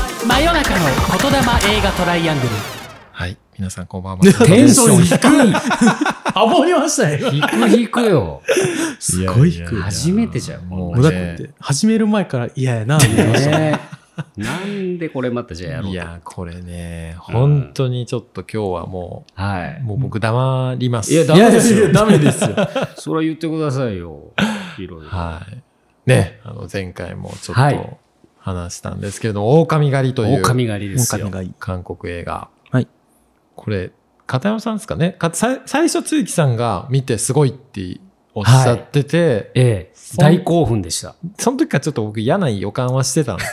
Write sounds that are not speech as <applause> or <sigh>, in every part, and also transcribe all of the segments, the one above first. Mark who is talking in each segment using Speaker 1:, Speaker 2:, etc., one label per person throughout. Speaker 1: 中の言霊映画トライアングル。
Speaker 2: はい。皆さんこんばんは。
Speaker 3: <laughs> テンション低い。
Speaker 1: あぼりましたよ。
Speaker 3: 低く低くよ。
Speaker 2: す
Speaker 3: ごい低い
Speaker 2: ややや
Speaker 3: 初めてじゃんもう
Speaker 4: もうだって、始める前から嫌やな、みたいな
Speaker 3: ねえなんでこれまたじゃあやろう
Speaker 2: い
Speaker 3: と。
Speaker 2: や、これね、本当にちょっと今日はも
Speaker 3: は
Speaker 2: う、
Speaker 3: い。
Speaker 2: もう僕黙ります。
Speaker 3: いやダメですよ
Speaker 4: いやいやダメですよ。
Speaker 3: <laughs> それは言ってくださいよ。いろいろ。
Speaker 2: はい。ね、あの前回もちょっ
Speaker 3: は
Speaker 2: と
Speaker 3: い
Speaker 2: 話したんですけれども、狼狩りという
Speaker 3: 狼狩りですよ
Speaker 4: 狼。がいい。
Speaker 2: 韓国映画。
Speaker 4: はい。
Speaker 2: これ、片山さんですかねかさい最初、つゆきさんが見てすごいっておっしゃってて、
Speaker 3: ええ
Speaker 2: そ、ん
Speaker 3: 大興奮でした。
Speaker 2: その時からちょっと僕嫌な予感はしてたんです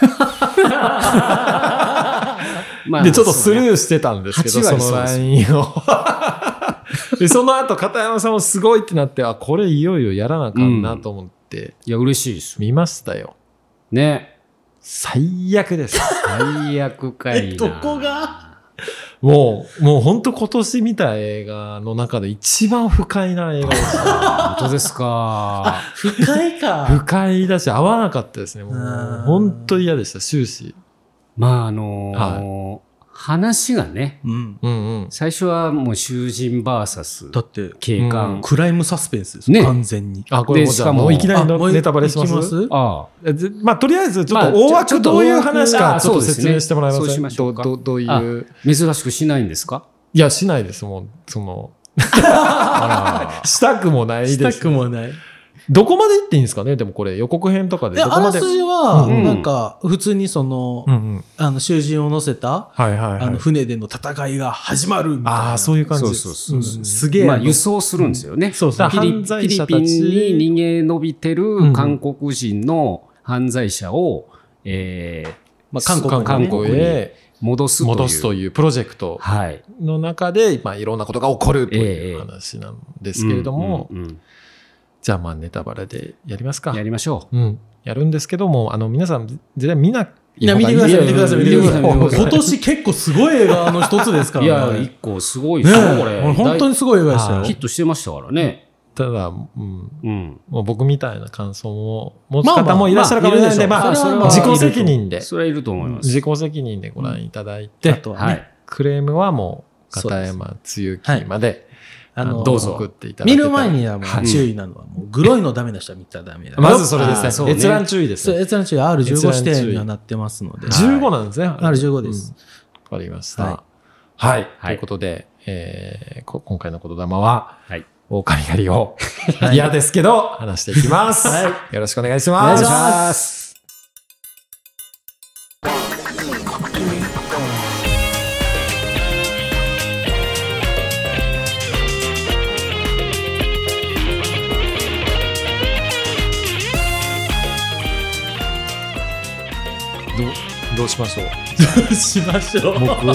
Speaker 3: ま
Speaker 2: で、ちょっとス
Speaker 3: そう
Speaker 2: ル
Speaker 3: ね
Speaker 2: ーしてたんですけど、
Speaker 3: 8
Speaker 2: そ
Speaker 3: 割
Speaker 2: の
Speaker 3: そうで
Speaker 2: ラ
Speaker 3: す
Speaker 2: インを。 <laughs> で、その後、片山さんもすごいってなって、あ、これいよいよやらなあかんなと思って、
Speaker 3: いや、嬉しいです。
Speaker 2: 見ましたよ。
Speaker 3: ね。
Speaker 2: 最悪です。
Speaker 3: 最悪かい
Speaker 1: え
Speaker 3: な。
Speaker 1: どこが
Speaker 2: もう、もう本当今年見た映画の中で一番不快な <laughs> 映画です。
Speaker 3: 本当ですか。
Speaker 1: 深いか。
Speaker 2: 不快だし、合わなかったですね。も
Speaker 4: うん
Speaker 2: う、本当嫌でした、終始。
Speaker 3: まあ、あのー話がね、
Speaker 4: うん。
Speaker 2: うんうん。
Speaker 3: 最初はもう囚人 VS
Speaker 4: だって、
Speaker 3: 警
Speaker 2: うん
Speaker 3: 官。
Speaker 4: クライムサスペンスですよ、
Speaker 3: ね
Speaker 4: 完全に。
Speaker 2: あ、これ
Speaker 3: で
Speaker 2: もうじゃあ
Speaker 3: しかも
Speaker 2: もういきなり
Speaker 4: あも
Speaker 2: の
Speaker 4: う
Speaker 2: ネタバレしま
Speaker 4: いきますす
Speaker 3: あ
Speaker 2: えずまあ、とりあえず、ちょっ
Speaker 3: まあ
Speaker 2: と大
Speaker 3: ちょ
Speaker 2: 枠
Speaker 3: ちょっと
Speaker 2: どういう話か、
Speaker 3: あ
Speaker 2: ちょっと
Speaker 3: そうですね
Speaker 2: 説明してもらえま
Speaker 3: そう
Speaker 2: せ
Speaker 3: し
Speaker 2: ん
Speaker 3: ましょ
Speaker 2: ど
Speaker 3: うか
Speaker 2: どどうい
Speaker 3: あ
Speaker 2: う。
Speaker 3: あ、珍しくしないんですか
Speaker 2: いや、しないです、もう、その、
Speaker 3: あ
Speaker 2: したくもない
Speaker 4: し
Speaker 2: で
Speaker 4: た
Speaker 2: す
Speaker 4: く。もない。
Speaker 2: どこまで行っていいんですかねでもこれ、予告編とかで。
Speaker 4: で、
Speaker 2: ど
Speaker 4: あ
Speaker 2: こま
Speaker 4: ら
Speaker 2: で。
Speaker 4: す
Speaker 2: うん
Speaker 4: じは、
Speaker 3: うん
Speaker 4: なんか、普通にその、
Speaker 2: うん。
Speaker 4: あの、囚人を乗せた、
Speaker 2: はいはい
Speaker 4: あ
Speaker 2: は
Speaker 4: の、
Speaker 2: い。
Speaker 4: 船での戦いが始まるみたいな。
Speaker 2: ああ、そういう感じです。
Speaker 3: そうそう
Speaker 2: うんん
Speaker 4: すげ
Speaker 3: ら
Speaker 4: え。
Speaker 3: まあ、輸送するんですよね。
Speaker 2: そうそう。
Speaker 3: フィリ
Speaker 2: 犯
Speaker 3: フ
Speaker 2: 罪
Speaker 3: ィ
Speaker 2: 者
Speaker 3: リ
Speaker 2: た
Speaker 3: ピンに
Speaker 2: ち。
Speaker 3: 逃げ延びてる韓国人の犯罪者を、えー
Speaker 4: まあ、韓国のね
Speaker 2: 韓国へ
Speaker 3: 戻すという。
Speaker 2: 戻すというプロジェクト
Speaker 3: はい。
Speaker 2: の中で、まあ、いろんなことが起こると
Speaker 3: え
Speaker 2: い
Speaker 3: え
Speaker 2: う話なんですけれども
Speaker 3: う、んうん
Speaker 2: じゃあ、まあ、ネタバレでやります
Speaker 3: う
Speaker 2: か
Speaker 3: んや。りましょ
Speaker 2: うん。やるんですけども、あの、皆さん、絶対見ない
Speaker 4: いや、見てください、見てください、見てください。
Speaker 3: 見てください
Speaker 4: 今年結構すごい映画の一つですか
Speaker 3: う。い
Speaker 4: ら
Speaker 3: や、
Speaker 4: ね。
Speaker 3: 一個すごい
Speaker 4: ね
Speaker 3: ですよ、こ
Speaker 4: え、
Speaker 3: れ。
Speaker 4: 俺本当にすごい映画でしたよ
Speaker 2: は。
Speaker 3: ヒットしてましたからね。
Speaker 2: ただ、うん、
Speaker 3: うん。
Speaker 2: もう僕みたいな感想も持つ
Speaker 4: まあまあ
Speaker 2: 方もいらっしゃるかもしれないんで、
Speaker 4: まあ
Speaker 2: まあ、
Speaker 3: それはまあ
Speaker 2: 自己責任で、
Speaker 3: それはいると思います。
Speaker 2: 自己責任でご覧いただい
Speaker 4: あ
Speaker 2: て、
Speaker 4: とはね、
Speaker 3: はい。
Speaker 2: クレームはもう、
Speaker 4: そう
Speaker 2: 片
Speaker 4: です
Speaker 2: 山つゆきまで、
Speaker 4: あの、
Speaker 3: どうぞ
Speaker 2: 送っていただ
Speaker 4: 見
Speaker 2: けたら
Speaker 4: る前にはもう注意なのは、もう、グロいのダメな人は見たらダメだよ。
Speaker 2: まずそれで
Speaker 3: あー
Speaker 2: す
Speaker 3: そう
Speaker 2: ね。
Speaker 3: ね
Speaker 2: 閲覧注意で
Speaker 4: そ
Speaker 2: す
Speaker 4: う、
Speaker 2: ね。
Speaker 4: 閲覧中 R15 指定にはなってますので。
Speaker 3: 覧注意
Speaker 2: 15なんですね。
Speaker 4: あれ15です
Speaker 2: うん。わかりまし
Speaker 4: は
Speaker 2: た。はい。と
Speaker 3: はい
Speaker 2: いうことで、えーこ今回の言霊は、
Speaker 3: はい。
Speaker 2: 狼狩りを、嫌ですけど、話していきます。よろしくお願いします。。
Speaker 4: お願いします
Speaker 2: どうどうしましょう
Speaker 4: しましょう。
Speaker 2: 僕の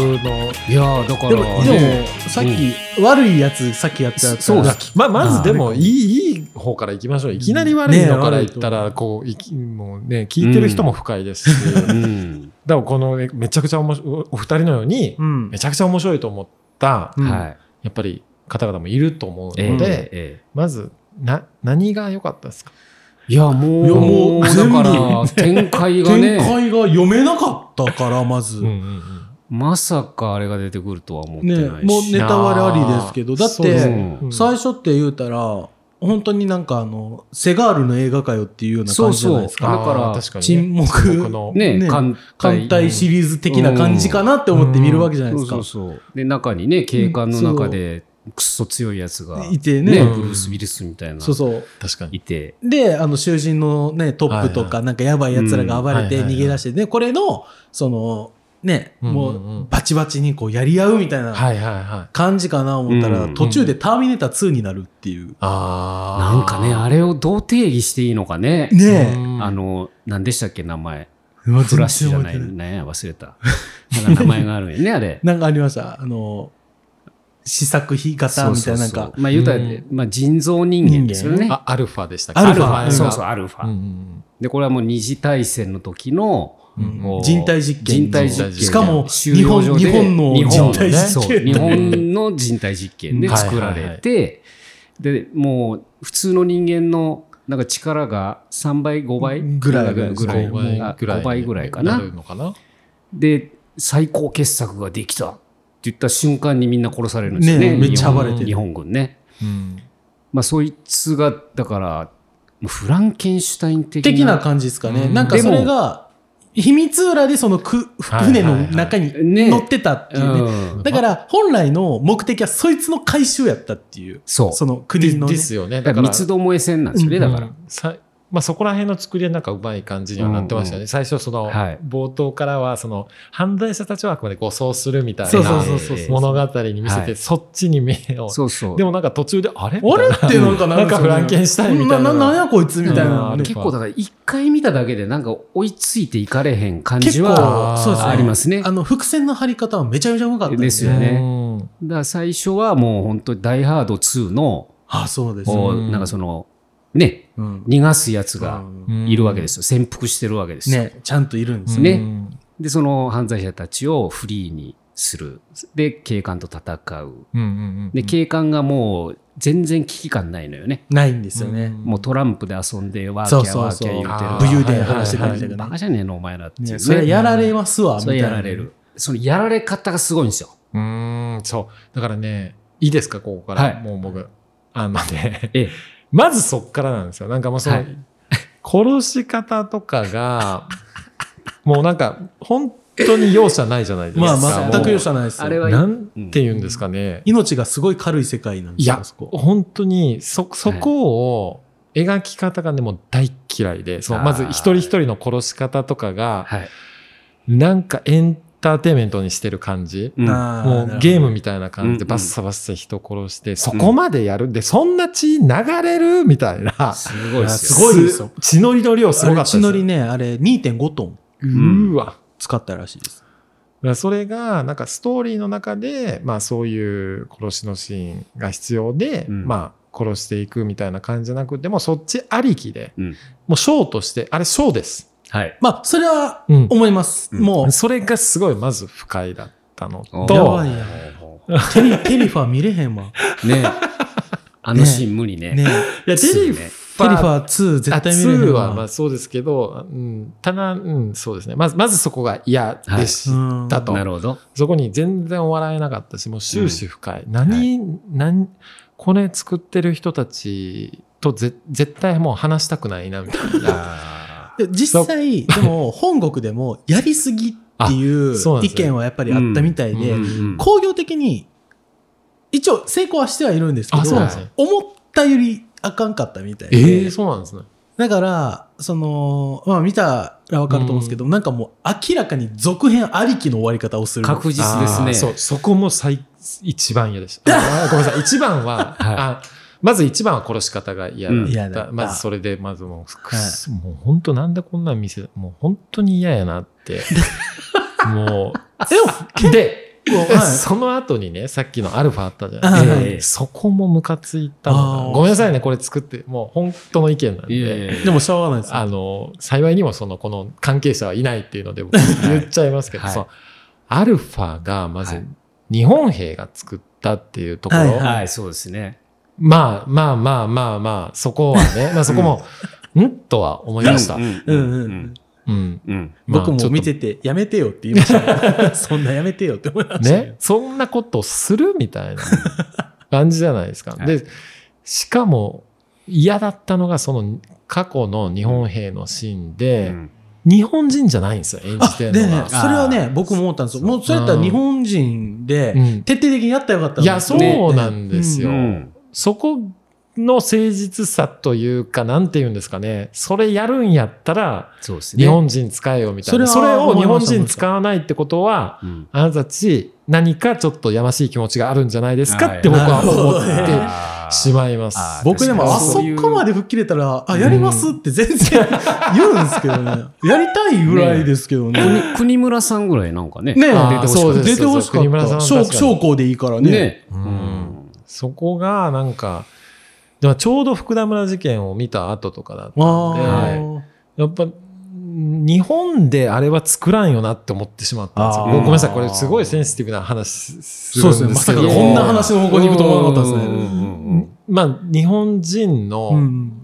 Speaker 3: いやーだから
Speaker 4: でも、で
Speaker 3: ね、
Speaker 4: も、さっき、悪いやつ、さっきやったやつ。
Speaker 3: そうだ
Speaker 2: まあ、まずで
Speaker 4: あ
Speaker 2: も
Speaker 4: ー
Speaker 2: いい、いい方からいきましょう。いきなり悪いのから言ったら、
Speaker 4: ね
Speaker 2: こう、いき、もうね、聞いてる人も不快ですし、
Speaker 3: う
Speaker 2: だか
Speaker 3: ん。
Speaker 2: らこのね、めちゃくちゃ面白い、お二人のように
Speaker 4: う、ん
Speaker 2: め。ちゃくちゃ面白いと思った、
Speaker 4: うん
Speaker 3: はい。
Speaker 2: やっぱり方々もいると思うの
Speaker 3: え
Speaker 2: で、
Speaker 3: え
Speaker 4: で
Speaker 3: え
Speaker 2: まず、な、何が良かったですか
Speaker 3: えいや、も、
Speaker 4: いうやもう
Speaker 3: だから、展開が
Speaker 4: 展
Speaker 3: ね、
Speaker 4: 開が読めなかったから、まず。ね、
Speaker 3: まさかあれが出てくるとは思ってないし。
Speaker 4: もうネタ割れありですけど、だっ
Speaker 2: そうです
Speaker 3: う
Speaker 4: て、
Speaker 3: ん
Speaker 2: うん
Speaker 4: 最初って言うたら、本当になんかあの、セガールの映画界をっていうような感じじゃないです
Speaker 3: だ
Speaker 4: か。
Speaker 3: から
Speaker 2: あー確かにね
Speaker 4: 沈黙
Speaker 2: 沈黙の、
Speaker 3: ね
Speaker 4: ね
Speaker 3: 艦
Speaker 4: 艦隊シリーズ的な感じかなって思って見るわけじゃないですか
Speaker 3: そう。そうそうで中にね警官の中でくっそ強いやつが
Speaker 4: いてね
Speaker 3: ね
Speaker 2: うん
Speaker 3: ブルース・ウィリスみたいな
Speaker 4: そうそう。
Speaker 2: 確かに。
Speaker 3: いて
Speaker 4: で、あの、囚人のね、トップと
Speaker 2: はいは
Speaker 4: か、なんかやばい奴らが暴れて
Speaker 2: うん
Speaker 4: 逃げ出して、で、これの、その、ね、
Speaker 2: うんうん
Speaker 4: もう、バチバチにこう、やり合うみたいな
Speaker 2: はいはいはい。
Speaker 4: 感じかな思ったら、
Speaker 3: うん
Speaker 4: 途中でターミネーター2になるっていう。
Speaker 2: あー
Speaker 3: なんかねあれをどう定義していいのかね
Speaker 4: ね
Speaker 2: うん
Speaker 3: あの何でしたっけ名前
Speaker 4: え。うわ
Speaker 3: フラッシュじゃない
Speaker 4: 全然覚えて
Speaker 3: ね忘れたなんか名前があるよねあれ
Speaker 4: なんかありました。あの、試作費型み <laughs> たいな、なん
Speaker 3: そうそう
Speaker 4: か
Speaker 3: そう。まあ言うたら
Speaker 2: うん
Speaker 3: まあ人造人間ですよね
Speaker 2: あ、アルファでしたっ
Speaker 4: アルファ
Speaker 3: アルファそうそう
Speaker 2: う。
Speaker 3: アルフ
Speaker 2: うんう
Speaker 3: ァ
Speaker 2: ん
Speaker 3: でこれはもう二次大戦の時の
Speaker 2: うん
Speaker 4: うん
Speaker 3: もう
Speaker 4: 人体実験
Speaker 3: 人体実験
Speaker 2: し
Speaker 4: かも
Speaker 3: 収容所で
Speaker 4: 日本の
Speaker 2: 人体実
Speaker 3: そう
Speaker 4: 験
Speaker 3: 日本の人体実験で
Speaker 2: うん
Speaker 3: 作られて、で、もう普通の人間のなんか力が3倍、5倍
Speaker 4: ぐらい
Speaker 3: ぐらい
Speaker 2: ぐらい
Speaker 3: 5倍ぐらいか
Speaker 2: な
Speaker 3: な。
Speaker 2: るのかな
Speaker 3: で、最高傑作ができたって言った瞬間にみんな殺されるんですよね
Speaker 4: ねえめっちゃ暴れて
Speaker 2: る
Speaker 3: 日本軍ね。
Speaker 2: うん
Speaker 3: まあ、そいつがだからフランケンシュタイン的な
Speaker 4: 的な感じですかね。
Speaker 2: うん
Speaker 4: なんかそ
Speaker 3: で
Speaker 4: れ
Speaker 3: も
Speaker 4: が、秘密裏でそのく
Speaker 2: はいはい
Speaker 4: 船の中に
Speaker 3: ね
Speaker 4: 乗ってたっていうね。
Speaker 3: うん、
Speaker 4: だから本来の目的はそいつの回収やったっていう、
Speaker 3: そう
Speaker 4: その国の、
Speaker 2: で
Speaker 4: ね
Speaker 2: で。すよね。
Speaker 3: だ
Speaker 2: だ
Speaker 3: か
Speaker 2: からら、
Speaker 3: 三つどもえ戦なんですよね、
Speaker 4: うん
Speaker 3: だから。
Speaker 2: さまあ、そこら辺の作りはなんかうまい感じにはなってましたよね。
Speaker 3: うん
Speaker 2: 最初その、
Speaker 3: はい
Speaker 2: 冒頭からはその犯罪者たちはあくまで護送するみたい
Speaker 4: そうそう
Speaker 2: な
Speaker 4: そうそうそう。
Speaker 2: 物語に見せて、
Speaker 3: はい
Speaker 2: そっちに目を。
Speaker 3: そうそう。
Speaker 2: でもなんか途中であれみ
Speaker 4: あ
Speaker 2: たい
Speaker 4: れ
Speaker 2: な
Speaker 4: ってなんか
Speaker 2: なんかフランケンシュタインみたいな
Speaker 4: な。なんやこいつみたい
Speaker 2: うん
Speaker 4: な、ね
Speaker 2: 結
Speaker 3: 結構だから一回見ただけでなんか追いついていかれへん感
Speaker 4: 結
Speaker 3: じは
Speaker 4: 構、そうですね。
Speaker 3: ありますね。
Speaker 4: あ
Speaker 3: だか
Speaker 4: の、伏線の張り方はめちゃめちゃうまかった
Speaker 3: ですよね
Speaker 2: うん
Speaker 3: ら最初はもう本当にダイハード2の、
Speaker 4: あ、そうですね。
Speaker 3: こ
Speaker 2: う
Speaker 3: うんなんかその、ね、
Speaker 4: うん
Speaker 3: 逃がすやつが
Speaker 4: うん
Speaker 3: いるわけですよ。潜伏してるわけですよ。
Speaker 4: ね、ちゃんといるんですよ。
Speaker 3: ね
Speaker 2: うん
Speaker 3: で、その犯罪者たちをフリーにする。で、警官と戦う。
Speaker 2: うんうんうん
Speaker 3: で、警官がもう全然危機感ないのよね。
Speaker 4: ないんですよね。
Speaker 3: もうトランプで遊んでワーキ
Speaker 4: そ
Speaker 3: ャ
Speaker 4: う
Speaker 3: ー
Speaker 4: そ
Speaker 3: ワ
Speaker 4: う
Speaker 3: ー
Speaker 4: そ
Speaker 3: キ
Speaker 4: う。
Speaker 3: ャー言うて
Speaker 4: 武
Speaker 3: る。
Speaker 4: 勇伝話してくれ
Speaker 2: は
Speaker 4: る
Speaker 2: い
Speaker 4: みたいな
Speaker 3: バ
Speaker 4: ね
Speaker 3: カじゃねえのお前らっていう、ね
Speaker 4: ね。それやられますわ、み
Speaker 3: そ
Speaker 4: た
Speaker 3: れ
Speaker 4: いな。
Speaker 3: やられる。そのやられ方がすごいんですよ。
Speaker 2: うーん、そう。だからね、いいですか、ここから。
Speaker 3: はい
Speaker 2: もう僕。あのね、
Speaker 3: ええ
Speaker 2: まずそっからなんですよ。なんかもうその、
Speaker 3: はい
Speaker 2: 殺し方とかが、もうなんか、本当に容赦ないじゃないです
Speaker 4: ま
Speaker 2: か。
Speaker 4: あ、全く容赦ないですよ。
Speaker 3: あれは
Speaker 2: もうなんて言うんですかね。
Speaker 4: 命がすごい軽い世界なんで
Speaker 2: い
Speaker 4: すよ、
Speaker 2: や
Speaker 4: あそ、こ。
Speaker 2: 本当に、そ、そこを、描き方がね、もう大嫌いで、そのまず一人一人の殺し方とかが、
Speaker 3: はい。
Speaker 2: なんかエンターテインメントにしてる感じ。
Speaker 3: うん
Speaker 4: あー
Speaker 2: も
Speaker 4: なる
Speaker 2: う
Speaker 4: ほど
Speaker 2: ゲームみたいな感じで
Speaker 3: うん
Speaker 2: バッサバッサ人殺して、そこまでやるんで、そんな血流れるみたいな。
Speaker 3: すごいですよ。
Speaker 4: すごいですよ
Speaker 2: 血のりの量すごかった
Speaker 4: あれ血のりね、あれ2.5トン
Speaker 2: うわ。だか
Speaker 4: 使ったらしいです。
Speaker 2: らそれが、なんかストーリーの中で、まあそういう殺しのシーンが必要で、
Speaker 3: うん
Speaker 2: まあ殺していくみたいな感じじゃなくて、もうそっちありきで、
Speaker 3: うん
Speaker 2: もうショーとして、あれショーです。
Speaker 3: はい。
Speaker 4: まあ、それは
Speaker 2: うん
Speaker 4: 思います。
Speaker 3: うん
Speaker 4: もう、
Speaker 2: それがすごいまず不快だったのと
Speaker 4: やば、いやんテリテリファー見れへ
Speaker 2: <laughs>
Speaker 4: んわ。
Speaker 3: ね <laughs> あのシーン無理ね。
Speaker 4: ね
Speaker 2: いや、テリ
Speaker 4: テリ
Speaker 3: ね
Speaker 4: ファー2絶対見れへ
Speaker 2: 2
Speaker 4: ん
Speaker 2: はまあ
Speaker 4: わ。
Speaker 2: そうですけど、うん、ただ、うん、そうですね。まず、まずそこが嫌でし
Speaker 4: うん
Speaker 2: たと。
Speaker 3: なるほど。
Speaker 2: そこに全然笑えなかったし、もう終始不快。何、何、これ作ってる人たちとぜ絶対もう話したくないな、みたいな。
Speaker 4: で実際、でも、本国でも、やりすぎっていう
Speaker 2: あそうなんで
Speaker 4: 意
Speaker 2: すね
Speaker 4: 見はやっぱりあったみたいで、工業的に、一応成功はしてはいるんですけ
Speaker 2: あ、そう
Speaker 4: ど
Speaker 2: なん、ですね。
Speaker 4: 思ったよりあかんかったみたい
Speaker 2: え
Speaker 4: で。
Speaker 2: ーそうなんですね。
Speaker 4: だから、その、まあ見たらわかると思うんですけど、なんかもう明らかに続編ありきの終わり方をする。
Speaker 3: 確実で
Speaker 2: あ
Speaker 3: す
Speaker 2: ー
Speaker 3: ね。
Speaker 2: そう、そこも最、一番嫌でした。あーごめんなさい、一番は、
Speaker 3: はい
Speaker 2: あまず一番は殺し方が嫌だ
Speaker 3: うん
Speaker 2: っ
Speaker 4: 嫌
Speaker 2: た。
Speaker 4: だった
Speaker 2: まずそれで、まずもう、くっ
Speaker 4: はい
Speaker 2: すもう本当なんでこんなん見せ、もう本当に嫌やなって。もう、で、
Speaker 4: 構はい
Speaker 2: その後にね、さっきのアルファあったじゃ
Speaker 4: あ
Speaker 2: ないですか。
Speaker 3: はい
Speaker 2: そこもムカついたの
Speaker 4: あ
Speaker 2: が
Speaker 4: ー
Speaker 2: ごめんなさいね、これ作って、もう本当の意見なんで。
Speaker 3: いやいやいや
Speaker 4: でもしょうがないですよ。
Speaker 2: あの、幸いにもその、この関係者はいないっていうので、言っちゃいますけど、
Speaker 3: はい
Speaker 2: そのアルファがま
Speaker 3: は
Speaker 2: ず
Speaker 3: い
Speaker 2: 日本兵が作ったっていうところ、
Speaker 4: はいは
Speaker 3: はい、そうですね。
Speaker 2: まあまあまあまあまあ、そこは
Speaker 4: <laughs>
Speaker 2: ね、まあそこも、んとは思いました。
Speaker 4: うんうん。
Speaker 2: うん。
Speaker 3: うん。
Speaker 2: まあ
Speaker 4: 僕
Speaker 2: ちょ
Speaker 4: も
Speaker 2: っと
Speaker 4: 見てて、やめてよって言い
Speaker 2: <laughs>
Speaker 4: ました。そんなやめてよって思いました。
Speaker 2: ね、そんなことするみたいな感じじゃないです
Speaker 4: <laughs>
Speaker 2: か。
Speaker 3: はい
Speaker 2: で、しかも嫌だったのが、その過去の日本兵のシーンで、日本人じゃないんですよ、演じ
Speaker 4: あ
Speaker 2: て
Speaker 4: で
Speaker 2: るの
Speaker 4: ね
Speaker 2: が、。
Speaker 4: それはね、僕も思ったんですよ。もうそれやったら日本人で
Speaker 2: う、ん
Speaker 4: 徹底的にやったらよかった
Speaker 2: い
Speaker 4: のに
Speaker 2: や、そうなんです
Speaker 4: う
Speaker 2: よ。そこの誠実さというか、なんて言うんですかね。それやるんやったら、
Speaker 3: そうですね。
Speaker 2: 日本人使えよみたいな。そ
Speaker 4: そ
Speaker 2: れ
Speaker 4: れは
Speaker 2: を
Speaker 4: 思
Speaker 2: 日
Speaker 4: い
Speaker 2: 本
Speaker 4: ました
Speaker 2: 人使わないってことは、
Speaker 3: うん。
Speaker 2: あなたたち何かちょっとやましい気持ちがあるんじゃないですか
Speaker 3: はい
Speaker 2: って僕は思
Speaker 4: なるほ
Speaker 2: ってしまいます。
Speaker 3: あー
Speaker 4: 僕でもあ
Speaker 3: 確か
Speaker 4: そ
Speaker 3: にそういう
Speaker 4: こまで吹っ切れたら、あ、やりますって全然言うんですけどね。やりたいぐらいですけどね。
Speaker 3: 国国村さんぐらいなんかね。
Speaker 4: ね
Speaker 2: あー
Speaker 3: 出てほしか
Speaker 2: そ
Speaker 3: っ
Speaker 2: うです
Speaker 4: 出てほしかっ
Speaker 2: 国村さん
Speaker 4: た。
Speaker 2: は
Speaker 4: 将
Speaker 2: 確かに
Speaker 4: 将校でいいから
Speaker 3: た
Speaker 4: ね。
Speaker 3: ね。
Speaker 2: うんそこがなんか、でもちょうど福田村事件を見た後とかだったんで、
Speaker 4: あー
Speaker 2: やっぱ、日本であれは作らんよなって思ってしまったんですよ。
Speaker 4: あー
Speaker 2: ごめんなさい、これすごいセンシティブな話す
Speaker 4: そう
Speaker 2: る
Speaker 4: です
Speaker 2: ん
Speaker 4: ね。
Speaker 2: で
Speaker 4: ます
Speaker 2: け
Speaker 4: さ
Speaker 2: ど。
Speaker 4: か
Speaker 3: いやい
Speaker 4: こん
Speaker 3: や
Speaker 4: な話の方向に行くと思わなかったですね。
Speaker 3: ね。
Speaker 2: まあ、日本人の
Speaker 4: うん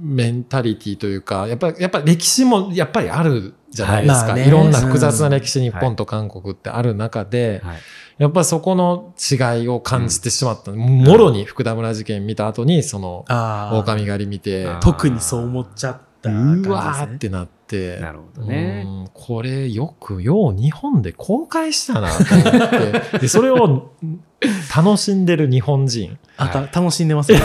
Speaker 2: メンタリティというか、やっぱり、やっぱ歴史もやっぱりあるじゃないです
Speaker 4: ま
Speaker 2: か、
Speaker 4: あね
Speaker 2: いろんな複雑な歴史日本と韓国ってある中で、
Speaker 3: はい
Speaker 2: やっぱそこの違いを感じてしまった、もろに福田村事件見た後にその
Speaker 4: ああ。
Speaker 2: 狼狩り見て
Speaker 3: あ
Speaker 4: 特にそう思っちゃった感じ
Speaker 2: う
Speaker 4: です、ね。
Speaker 2: わーってなって。
Speaker 3: なるほどね。
Speaker 2: うんこれよくよう日本で公開したなと思
Speaker 3: <laughs>
Speaker 2: ってでそれを楽しんでる日本人
Speaker 4: あた楽しんでますよ、ね。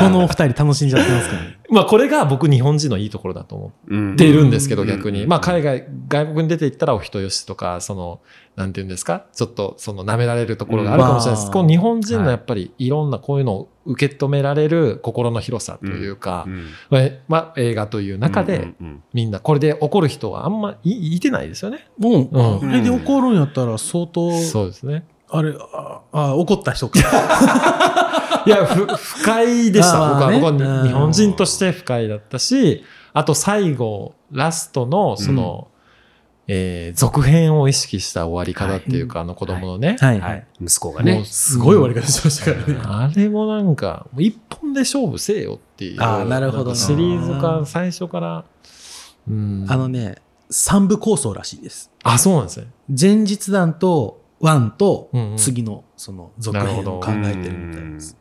Speaker 4: このお二人楽しんじゃってますからね。
Speaker 2: まあこれが僕日本人のいいところだと思っ
Speaker 3: うん
Speaker 2: ているんですけど逆
Speaker 3: う
Speaker 2: に
Speaker 3: ん
Speaker 2: まあ海外外国に出て行ったらお人よしとかそのなんて言うんですかちょっとその舐められるところがあるかもしれないで
Speaker 4: う
Speaker 2: す
Speaker 4: ん
Speaker 2: この日本人
Speaker 3: は
Speaker 2: の
Speaker 3: い
Speaker 2: やっぱりいろんなこういうのを受け止められる心の広さというか
Speaker 3: うん
Speaker 2: まあまあ映画という中
Speaker 3: う
Speaker 2: で
Speaker 3: んうんうん
Speaker 2: みんなこれで怒る人はあんまいいてないですよね。
Speaker 4: もう、
Speaker 2: うん
Speaker 4: これで怒るんやったら相当、
Speaker 2: そうですね
Speaker 4: あれ、ああ、怒った人か。
Speaker 2: いや、ふ、 <laughs> 不快でした。
Speaker 4: まあ
Speaker 2: 僕は、
Speaker 4: ね
Speaker 2: 僕はに
Speaker 4: うん
Speaker 2: 日本人として不快だったし、あと最後、ラストの、その、えー続編を意識した終わり方っていうか、あの子供のね。
Speaker 4: はい
Speaker 3: はい。息子が
Speaker 2: も
Speaker 3: ね
Speaker 2: う。
Speaker 4: すごい終わり方しましたからね。
Speaker 2: あれもなんか、もう一本で勝負せよっていう。
Speaker 4: あーなるほどな
Speaker 2: か
Speaker 4: ん
Speaker 2: シリーズ化、最初から。うん。
Speaker 4: あのね、三部構想らしいです。
Speaker 2: あ、そうなんですね。
Speaker 4: 前日談と、ワンと
Speaker 2: うんうん、
Speaker 4: 次の、その、続編を考えてるみたいです。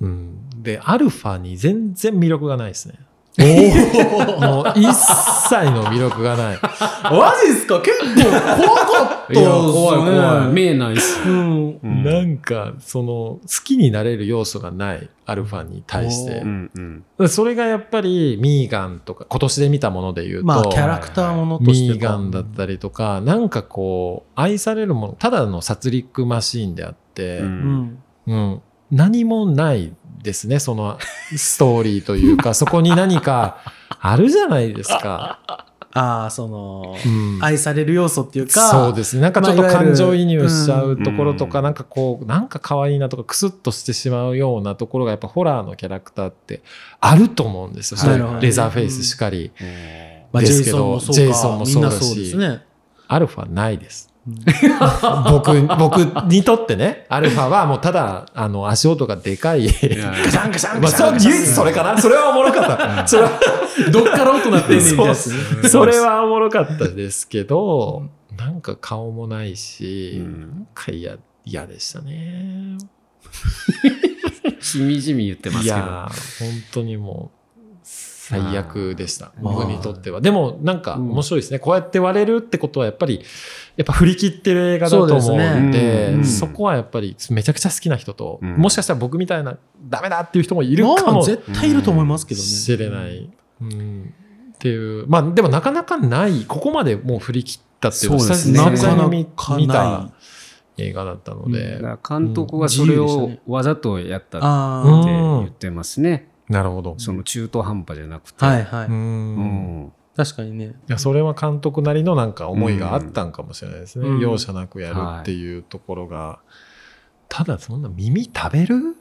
Speaker 2: うん。で、アルファに全然魅力がないですね。
Speaker 4: お
Speaker 2: <laughs> もう一切の魅力がない。
Speaker 4: おマジですか結
Speaker 2: <laughs>
Speaker 4: 構怖かったっすね。
Speaker 3: いや怖い怖い。見えないっす。
Speaker 4: うん。
Speaker 3: うん
Speaker 2: なんかその好きになれる要素がないアルファに対し
Speaker 4: お
Speaker 2: て
Speaker 4: ー
Speaker 3: うんうん
Speaker 2: それがやっぱりミーガンとか今年で見たもので言うと、
Speaker 4: まあ、キャラクターものとして
Speaker 2: ミ
Speaker 4: か。
Speaker 2: ーガンだったりとかなんかこう愛されるものただの殺戮マシーンであって、
Speaker 3: う
Speaker 2: うん
Speaker 4: うんん。
Speaker 2: 何もないですねそのストーリーという
Speaker 4: <laughs>
Speaker 2: かそこに何かあるじゃないですか。
Speaker 4: ああ、その、
Speaker 2: うん
Speaker 4: 愛される要素っていうか、
Speaker 2: そうですね。なんかちょっと
Speaker 4: まあいわゆ
Speaker 2: 感
Speaker 4: る
Speaker 2: 情移入しちゃうところとか、
Speaker 3: うん
Speaker 2: なんかこう、なんか可愛いなとか、クスッとしてしまうようなところが、やっぱホラーのキャラクターってあると思うんですよ。
Speaker 4: なるほどね
Speaker 2: レザーフェイスしかり、
Speaker 4: まあ、
Speaker 2: で
Speaker 4: ジェ
Speaker 2: す
Speaker 4: イ
Speaker 2: け
Speaker 4: ソン
Speaker 2: ど
Speaker 4: もそうか。
Speaker 2: ジェイソンもそうだし
Speaker 4: みんなそうで
Speaker 2: <laughs>
Speaker 4: すね。
Speaker 2: アルファないです。
Speaker 4: うん
Speaker 2: 僕、僕にとってね、アルファはもうただ、あの、足音がでかい。
Speaker 3: い
Speaker 4: ガ
Speaker 3: や
Speaker 4: シャンガシャ
Speaker 2: ま
Speaker 4: ンガ
Speaker 2: あ、そ
Speaker 4: シ
Speaker 2: れ
Speaker 4: ャン
Speaker 2: は唯
Speaker 4: ガシャン
Speaker 2: 一それかなそれはおもろかった。それは
Speaker 4: どっから音なってんねんみたいなやつね。
Speaker 2: それはおもろかったですけど、なんか顔もないし、
Speaker 3: うん
Speaker 2: なんか嫌、嫌でしたね。
Speaker 3: しみじみ言ってます
Speaker 2: い
Speaker 3: けど。
Speaker 2: やー本当にもう最悪でした
Speaker 3: うん
Speaker 2: 僕にとってはでもなんか
Speaker 3: うん
Speaker 2: 面白いですね、こうやって割れるってことはやっぱりやっぱ振り切ってる映画だと思
Speaker 4: そうです
Speaker 2: う
Speaker 4: ね
Speaker 2: んで
Speaker 3: うん
Speaker 2: そこはやっぱりめちゃくちゃ好きな人と、
Speaker 3: うん
Speaker 2: もしかしたら僕みたいなダメだっていう人もいるか
Speaker 4: まあ
Speaker 2: も
Speaker 4: 絶対いると思いますけどね。
Speaker 2: しれない、うん、っていうまあでもなかなかないここまでもう振り切ったっていうのは
Speaker 3: そうですね
Speaker 2: 久々に見
Speaker 4: なかなかない
Speaker 2: 見た映画だったので、
Speaker 3: だから監督はそれ
Speaker 4: うん自由
Speaker 3: を
Speaker 4: でし
Speaker 3: わざとやったって
Speaker 4: あ
Speaker 2: うん
Speaker 3: 言ってますね。
Speaker 2: なるほど。。
Speaker 3: その中途半端じゃなくて。
Speaker 4: あ。はいはいう
Speaker 3: うんん
Speaker 4: 確かにね。
Speaker 2: いやそれは監督なりのなんか思いがあったんかもしれないですね、
Speaker 4: うん
Speaker 2: 容赦なくやるっていうところが、ただそんな耳食べる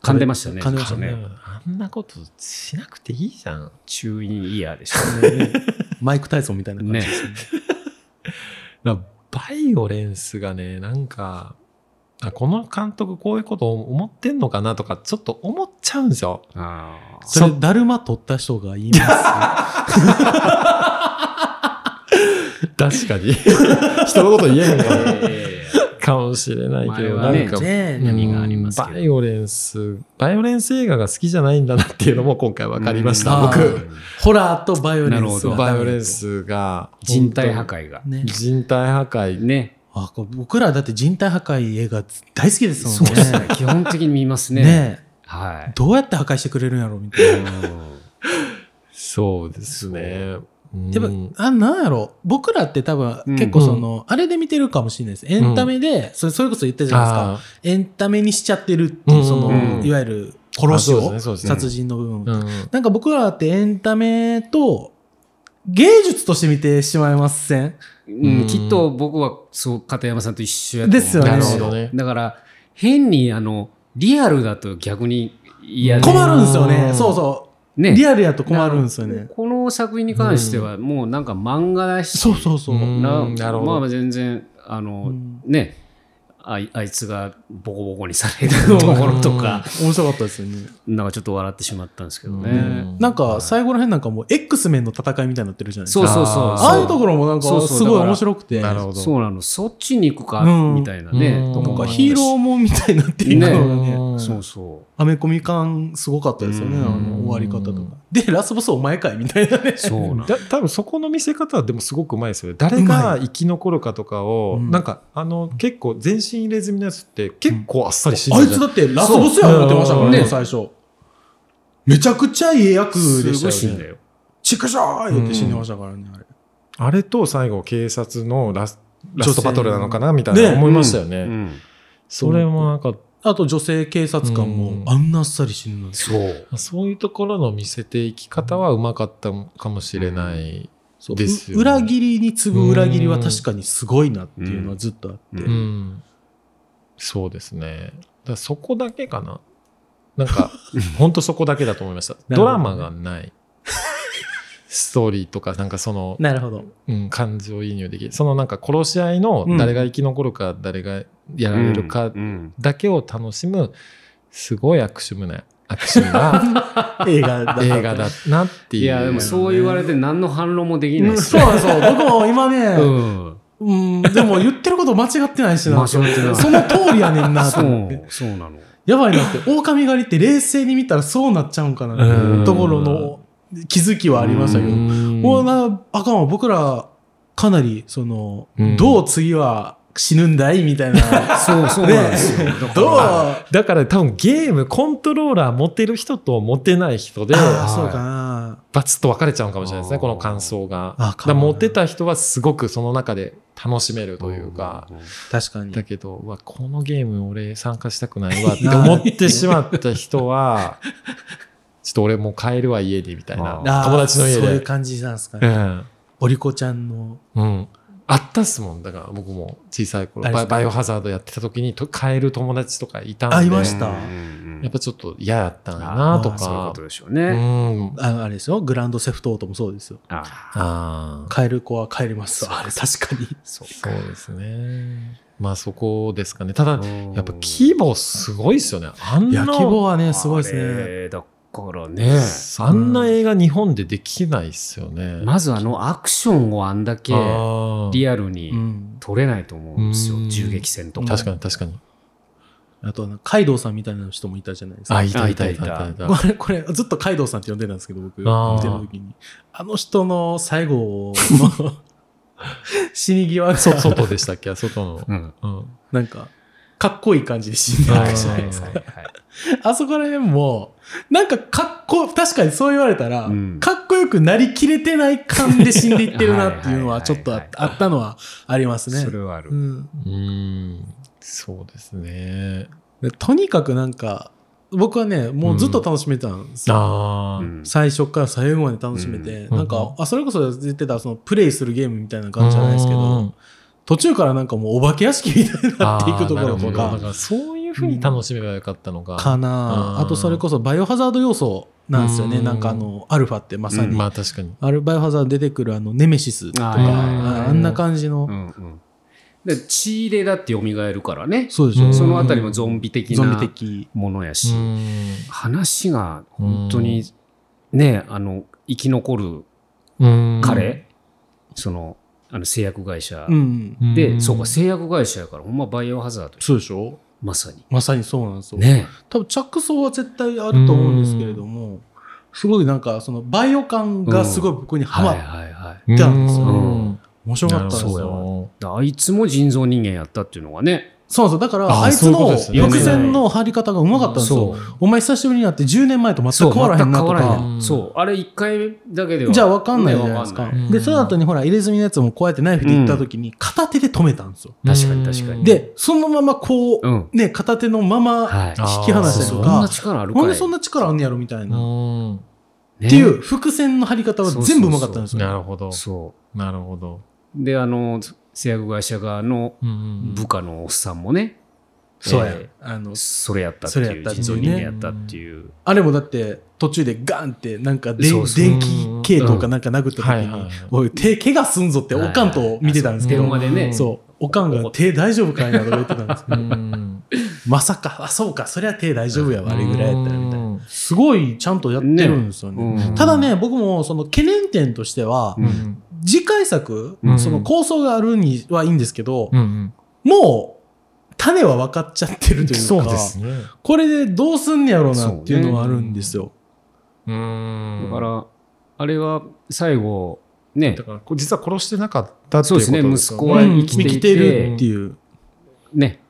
Speaker 3: 噛んでましたね。
Speaker 4: 噛んでました
Speaker 2: あ
Speaker 3: ちょっと
Speaker 2: んなあんなことしなくていいじゃんっ
Speaker 3: 注意イヤーでしたね。
Speaker 4: ねマイク・タイソンみたいな感じ
Speaker 3: ね
Speaker 4: ですね。
Speaker 2: だからバイオレンスがねなんかあこの監督こういうこと思ってんのかなとかちょっと思っちゃうんですよ
Speaker 3: ああ。
Speaker 4: それ、だるま取った人が言いま
Speaker 2: 確か
Speaker 3: <laughs>
Speaker 2: に人のこと言えへんかも
Speaker 3: え
Speaker 2: かもしれないけど、 <laughs>
Speaker 3: 前はね
Speaker 2: なんか
Speaker 4: すね。
Speaker 2: うん
Speaker 3: 闇がありますけど
Speaker 2: バイオレンス、バイオレンス映画が好きじゃないんだなっていうのも今回分かりまし
Speaker 3: う
Speaker 2: た。
Speaker 4: んあ
Speaker 2: 僕、
Speaker 4: ーホラーとバイオレンス
Speaker 3: なるほど
Speaker 4: が
Speaker 2: バイオレン。スが
Speaker 3: 人体破。壊が。
Speaker 4: ね
Speaker 2: 本当に。人体破壊。
Speaker 3: ね。
Speaker 4: あこれ僕らだって人体破壊映画大好きです
Speaker 3: そ
Speaker 4: も
Speaker 3: うんですね
Speaker 4: ね。。
Speaker 3: 基本的に見ますね。
Speaker 4: ね
Speaker 3: はい。
Speaker 4: どうやって破壊してくれるんやろみたいな。
Speaker 2: そうですね。うん
Speaker 4: でも、あ、なんやろ僕らって多分
Speaker 3: うん
Speaker 4: 結構その、あれで見てるかもしれないです。エンタメで、それそれこそ言ったじゃないですか。
Speaker 2: あ
Speaker 4: エンタメにしちゃってるっていう、その、
Speaker 3: うん
Speaker 4: いわゆる殺し
Speaker 2: あそうです
Speaker 4: を、
Speaker 2: ねそうです
Speaker 3: ね
Speaker 4: 殺人の部分、
Speaker 2: ーうん
Speaker 4: なんか僕らってエンタメと芸術として見てしまいません
Speaker 3: うん
Speaker 2: うん
Speaker 3: きっと僕はそう片山さんと一緒やと思う
Speaker 4: ですよね
Speaker 2: なるほどね。
Speaker 3: だから変にあのリアルだと逆に嫌で
Speaker 4: 困るんですよね
Speaker 2: う。ん
Speaker 4: そうそう。
Speaker 3: ね
Speaker 4: リアルやと困るんですよ
Speaker 3: だ
Speaker 4: ね
Speaker 3: か。らこの作品に関してはもうなんか漫画だし、
Speaker 4: そうそうそう。
Speaker 2: うん
Speaker 3: な
Speaker 2: うんなるほど
Speaker 3: まあ全然あ
Speaker 4: う
Speaker 3: の、
Speaker 4: ん
Speaker 3: ねあいあいつがボコボコにされるところとか、
Speaker 4: 面白かったですよね。
Speaker 3: なんかちょっと笑ってしまったんですけどね。
Speaker 2: うん
Speaker 4: なんか最後らへんなんかもう X メンの戦いみたいになってるじゃないですか。
Speaker 3: そうそうそう。
Speaker 2: あー
Speaker 4: ああいうところもなん
Speaker 3: そうそ
Speaker 4: か
Speaker 3: う
Speaker 4: すごい面白くて。
Speaker 2: なるほど。
Speaker 3: そうなの。そっちに行くか、
Speaker 4: うん
Speaker 3: みたいなね。
Speaker 2: うん
Speaker 3: とこ
Speaker 4: なん
Speaker 3: もあ
Speaker 4: か
Speaker 3: るし
Speaker 4: ヒーローもんみたいになっていくのがね。
Speaker 2: うん
Speaker 3: そうそ
Speaker 4: アメコミ感すごかったですよね、あ
Speaker 3: うん
Speaker 4: の終わり方とか。で、ラスボスお前かいみたいなね
Speaker 3: う。。そう
Speaker 2: <laughs>
Speaker 3: なの。
Speaker 2: だ多分そこの見せ方はでもすごくうまいですよね誰が生き残るかとかを、
Speaker 4: うん
Speaker 2: なんかあの結構全身入れ墨のやつって結構あっさり死ん
Speaker 4: あ
Speaker 2: で
Speaker 4: い
Speaker 2: る
Speaker 4: つだってラスボスや思ってましたから
Speaker 2: う
Speaker 4: ね、
Speaker 2: ん
Speaker 4: 最初。めちゃくちゃええ役でし
Speaker 3: すごい死
Speaker 4: たよ
Speaker 3: んだ
Speaker 4: ね。
Speaker 3: よ。
Speaker 4: ちくしょー言って死んでましたからね、あれ。
Speaker 2: あれと最後警察のラスラ
Speaker 4: 女性
Speaker 2: ストバトルなのかなみたいな
Speaker 4: ね
Speaker 2: 思いましたよね、
Speaker 3: うん。
Speaker 2: それもなんか
Speaker 4: あと女性警察官
Speaker 2: うん
Speaker 4: もあんなあっさり死ぬの
Speaker 3: そう。
Speaker 2: そういうところの見せていき方はうまかったかもしれない、
Speaker 4: そう
Speaker 2: ですよね
Speaker 4: う裏切りに次ぐ裏切りは確かにすごいなっていうのはずっとあって。
Speaker 3: うん
Speaker 2: そうですねだからそこだけかななんか本当そこだけだと思いました、
Speaker 4: なる
Speaker 2: ド
Speaker 4: ほど
Speaker 2: ラ
Speaker 4: ね
Speaker 2: マがないストーリーとかなんかその
Speaker 4: なるほど。
Speaker 2: うん、感情移入できるそのなんか殺し合いの誰が生き残るか、誰がやられるか
Speaker 3: うん
Speaker 2: だけを楽しむすごい悪趣味な悪趣味な
Speaker 4: 映画だった。
Speaker 2: 映画だなっていう
Speaker 3: いや、でもそう言われて何の反論もできない
Speaker 4: うん
Speaker 3: です
Speaker 4: そう
Speaker 3: よ。
Speaker 4: なんですよ。僕も今ね、
Speaker 3: ん。
Speaker 4: うん、でも言ってること間違ってないし
Speaker 3: ま
Speaker 4: な
Speaker 3: あ、。そうやってな。そ
Speaker 4: その通りやねんなと思って。
Speaker 3: う、そうなの。
Speaker 4: やばいなって、狼狩りって冷静に見たらそうなっちゃうんかなっていうところの気づきはありましたけど、
Speaker 2: うん
Speaker 4: もうな、あかんわ、僕ら、かなり、その、
Speaker 2: うん
Speaker 4: どう次は死ぬんだいみたいな。
Speaker 3: そう、そうなんですよ。だから
Speaker 4: どう
Speaker 2: だから多分ゲームコントローラー持ってる人と持ってない人
Speaker 4: <laughs>
Speaker 2: で
Speaker 4: ああ、
Speaker 3: はい
Speaker 4: そうかな。
Speaker 2: バツッと分かれちゃうかもしれないですね
Speaker 3: あー
Speaker 2: この感想が
Speaker 4: あ
Speaker 2: だ
Speaker 4: ー
Speaker 2: から持ってた人はすごくその中で楽しめるというか、
Speaker 4: 確かに。
Speaker 2: だけど、うわこのゲーム俺参加したくないわって思ってしまった人
Speaker 4: <laughs>
Speaker 2: は、ちょっと俺もう帰るわ家にみたいな。
Speaker 4: あー
Speaker 2: 友達の家で
Speaker 4: そういう感じなんですか
Speaker 2: う
Speaker 4: ね。
Speaker 2: ん。
Speaker 4: おりこちゃんの。
Speaker 2: うん。あったっすもん。だから僕も小さい
Speaker 4: あ
Speaker 2: 頃、
Speaker 4: れで
Speaker 2: バ
Speaker 4: す
Speaker 2: イ
Speaker 4: ね
Speaker 2: バイオハザードやってた時にと帰る友達とかいたんで。
Speaker 4: あいまし
Speaker 3: う
Speaker 4: た
Speaker 3: ん
Speaker 2: やっぱちょっと嫌やったんだ
Speaker 3: あ
Speaker 2: な
Speaker 4: ー
Speaker 2: と
Speaker 3: そういうこ
Speaker 2: か
Speaker 3: と。でしょう
Speaker 2: う
Speaker 3: ね。
Speaker 2: ん。
Speaker 4: ああれですよ。グランドセフトオートもそうですよ。
Speaker 3: あ
Speaker 2: ああ。
Speaker 4: 帰る子は帰ります。あれ、確かに。
Speaker 3: そう
Speaker 2: そうですね。まあそこですかね。ただ、
Speaker 3: か
Speaker 2: やっぱ規模すごいっすよね。あん
Speaker 4: <laughs> い
Speaker 2: な。
Speaker 4: や、希望はね、すごいです
Speaker 3: あ
Speaker 4: ね。
Speaker 3: れだからね。
Speaker 2: あんな映画日本でできないっすよね。
Speaker 3: まずあのアクションをあんだけリ
Speaker 2: ア
Speaker 3: アル
Speaker 4: う
Speaker 3: に
Speaker 4: ん。
Speaker 3: 撮れないと思うんですよ
Speaker 2: う。ん
Speaker 3: 銃撃戦とか。
Speaker 2: 確かに確かに。
Speaker 4: あと、カイドウさんみたいな人もいたじゃないですか。
Speaker 2: あ、いた
Speaker 3: あ
Speaker 2: いたい
Speaker 3: いた
Speaker 2: た
Speaker 3: い
Speaker 2: いた
Speaker 3: た
Speaker 2: いた。
Speaker 4: これ、これ、ずっとカイドウさんって呼んでたんですけど、僕、見
Speaker 2: あー
Speaker 4: てる時に。あの人の最後の死に際が、
Speaker 2: そ外でしたっけ外の。
Speaker 3: に。うん。
Speaker 2: うん
Speaker 4: なんか、かっこいい感じで死んでる
Speaker 2: あ
Speaker 4: わ
Speaker 2: ー
Speaker 4: けじゃな
Speaker 3: はいい
Speaker 4: ですか。
Speaker 3: はいはい
Speaker 4: あそこら辺も、なんかかっこ、確かにそう言われたら、
Speaker 3: うん
Speaker 4: かっこよくなりきれてない感で死んでいってるなっていうのは、ちょっとああったのはありますね
Speaker 3: そ。れはある
Speaker 4: う。ん
Speaker 2: うーん、そうですね。
Speaker 4: でとにかくなんか、僕はね、もうずっと楽しめたんですよ。
Speaker 2: あ
Speaker 3: うん
Speaker 4: 最初から最後まで楽しめて、
Speaker 2: うん
Speaker 4: なん
Speaker 2: うん
Speaker 4: かあそれこそ言ってたそのプレイするゲームみたいな
Speaker 2: あ。
Speaker 4: 感じじゃないですけ
Speaker 2: う
Speaker 4: ど
Speaker 2: ん
Speaker 4: 途中からなんかもうお化け屋敷みたいになっていく
Speaker 2: あー
Speaker 4: ところと
Speaker 2: なるほどだ
Speaker 4: か
Speaker 2: からそういうふうに楽しめばよかったの
Speaker 4: か
Speaker 2: が。
Speaker 4: な
Speaker 2: うん
Speaker 4: あとそれこそバイオハザード要素なんですよね
Speaker 2: うん
Speaker 4: なんかあのアルファってまさ
Speaker 3: うん
Speaker 4: に
Speaker 2: まあ確かに。
Speaker 4: あれバイオハザード出てくるあのネメシスとか
Speaker 3: あ
Speaker 2: ー
Speaker 4: ああんな感じ
Speaker 3: う
Speaker 4: の
Speaker 3: んうん。で血入れだって蘇るからね。
Speaker 4: そうでし
Speaker 2: うん
Speaker 4: ょ
Speaker 3: そのあたりもゾンビ的
Speaker 4: ゾンビ
Speaker 3: な
Speaker 4: 的
Speaker 3: ものや
Speaker 2: う
Speaker 3: し。
Speaker 2: ーん
Speaker 3: 話が本当にね、あの、生き残る
Speaker 2: うーん。
Speaker 3: 彼、その、あの製薬会社
Speaker 4: う。ん
Speaker 2: うん
Speaker 3: で、そうか、製薬会社やから、ほんまバイオハザード、
Speaker 4: そうでしょ
Speaker 3: まさに。
Speaker 4: まさにそうなんですよ
Speaker 3: ね。
Speaker 4: 多分着想は絶対あると思うんですけれどもすごいなんかそのバイオ感がすごい僕にハマ
Speaker 3: は
Speaker 4: っ
Speaker 3: いはいはい。
Speaker 2: うーん
Speaker 4: 行ったんですよ
Speaker 2: うん
Speaker 4: 面白かったんです
Speaker 2: なるほ
Speaker 4: よ
Speaker 2: ど
Speaker 3: であいつも人造人間やったっていうのがね。
Speaker 4: そうそう、だから、
Speaker 2: あ
Speaker 4: あいつ
Speaker 2: そういうこと
Speaker 4: の
Speaker 2: ですね
Speaker 4: 伏線の張り方がうまかったんですよ。
Speaker 3: そう
Speaker 4: お前久しぶりになって10年前と
Speaker 3: そ
Speaker 4: 全
Speaker 3: う、
Speaker 4: く変わらへんな
Speaker 3: 全
Speaker 4: と
Speaker 3: く変わらへ。
Speaker 4: か。
Speaker 2: うんん
Speaker 3: そう、あれ一回だけでは。
Speaker 4: じゃあ分かんないじゃないです
Speaker 3: ねわ
Speaker 4: か
Speaker 3: んない。
Speaker 2: んない
Speaker 4: で、その後にほら、入れ墨のやつもこうやってナイフで行った時に片手で止めたんですよ。
Speaker 3: 確かに確かにうん
Speaker 4: で、そのままこう
Speaker 3: う、ん。
Speaker 4: ね、片手のまま
Speaker 3: はい。
Speaker 2: あ
Speaker 4: 引き離
Speaker 2: ー
Speaker 4: した
Speaker 3: そ
Speaker 4: りと
Speaker 3: んな
Speaker 4: か、
Speaker 3: 力あるか
Speaker 4: ないんでそんな力あんねやろみたいうな。っ
Speaker 2: ん
Speaker 3: ね
Speaker 4: ていう伏線の張り方は全部うまかったんです
Speaker 2: な
Speaker 4: よ。
Speaker 2: るほど。
Speaker 3: そ
Speaker 2: なるほど。
Speaker 3: う。で、あの、製薬会社側の
Speaker 2: うんうん
Speaker 3: 部下のおっさんもね、
Speaker 4: そう
Speaker 3: え
Speaker 4: や
Speaker 3: ー。
Speaker 4: あの、
Speaker 3: それやったって
Speaker 4: それ
Speaker 3: い
Speaker 4: やっ
Speaker 3: う
Speaker 4: たって
Speaker 3: 人
Speaker 4: いう
Speaker 3: 造
Speaker 4: ね
Speaker 3: 人間やったっていう
Speaker 4: あれもだって途中でガンってなんかで
Speaker 3: そうそう
Speaker 4: 電気系統かなんか殴った
Speaker 2: う
Speaker 4: 時
Speaker 2: んはいはいはい
Speaker 4: に、おい手怪我すんぞっておかんと見てたんですけ
Speaker 3: 電
Speaker 4: ど
Speaker 3: 話、でね
Speaker 2: うん
Speaker 4: そおかんが手大丈夫かいなとか言ってた
Speaker 2: <laughs>
Speaker 4: んですけ
Speaker 2: う
Speaker 4: ど、
Speaker 2: ん
Speaker 4: まさか、あ、そうか、そりゃ手大丈夫やわ、あれぐらいやったらみた
Speaker 2: う
Speaker 4: いな。
Speaker 2: ん
Speaker 4: すごいちゃんとやってるんですよね。
Speaker 3: うん
Speaker 4: ただね、僕もその懸念点としては、
Speaker 3: うん
Speaker 4: 次回作、
Speaker 2: うん
Speaker 4: その構想があるにはいいんですけど
Speaker 2: う、ん
Speaker 4: もう種は分かっちゃってるというか、
Speaker 2: そうですね
Speaker 4: これでどうすんねやろうなっていうのはあるんですよ。
Speaker 2: うん
Speaker 3: だから、あれは最後、ね
Speaker 2: だ、からこう実は殺してなかったってい
Speaker 3: そうう
Speaker 2: こ
Speaker 3: で
Speaker 2: と
Speaker 3: す
Speaker 2: ですよね
Speaker 3: ね息子は
Speaker 4: うん
Speaker 3: 生きていて
Speaker 4: るっていう、
Speaker 3: ね、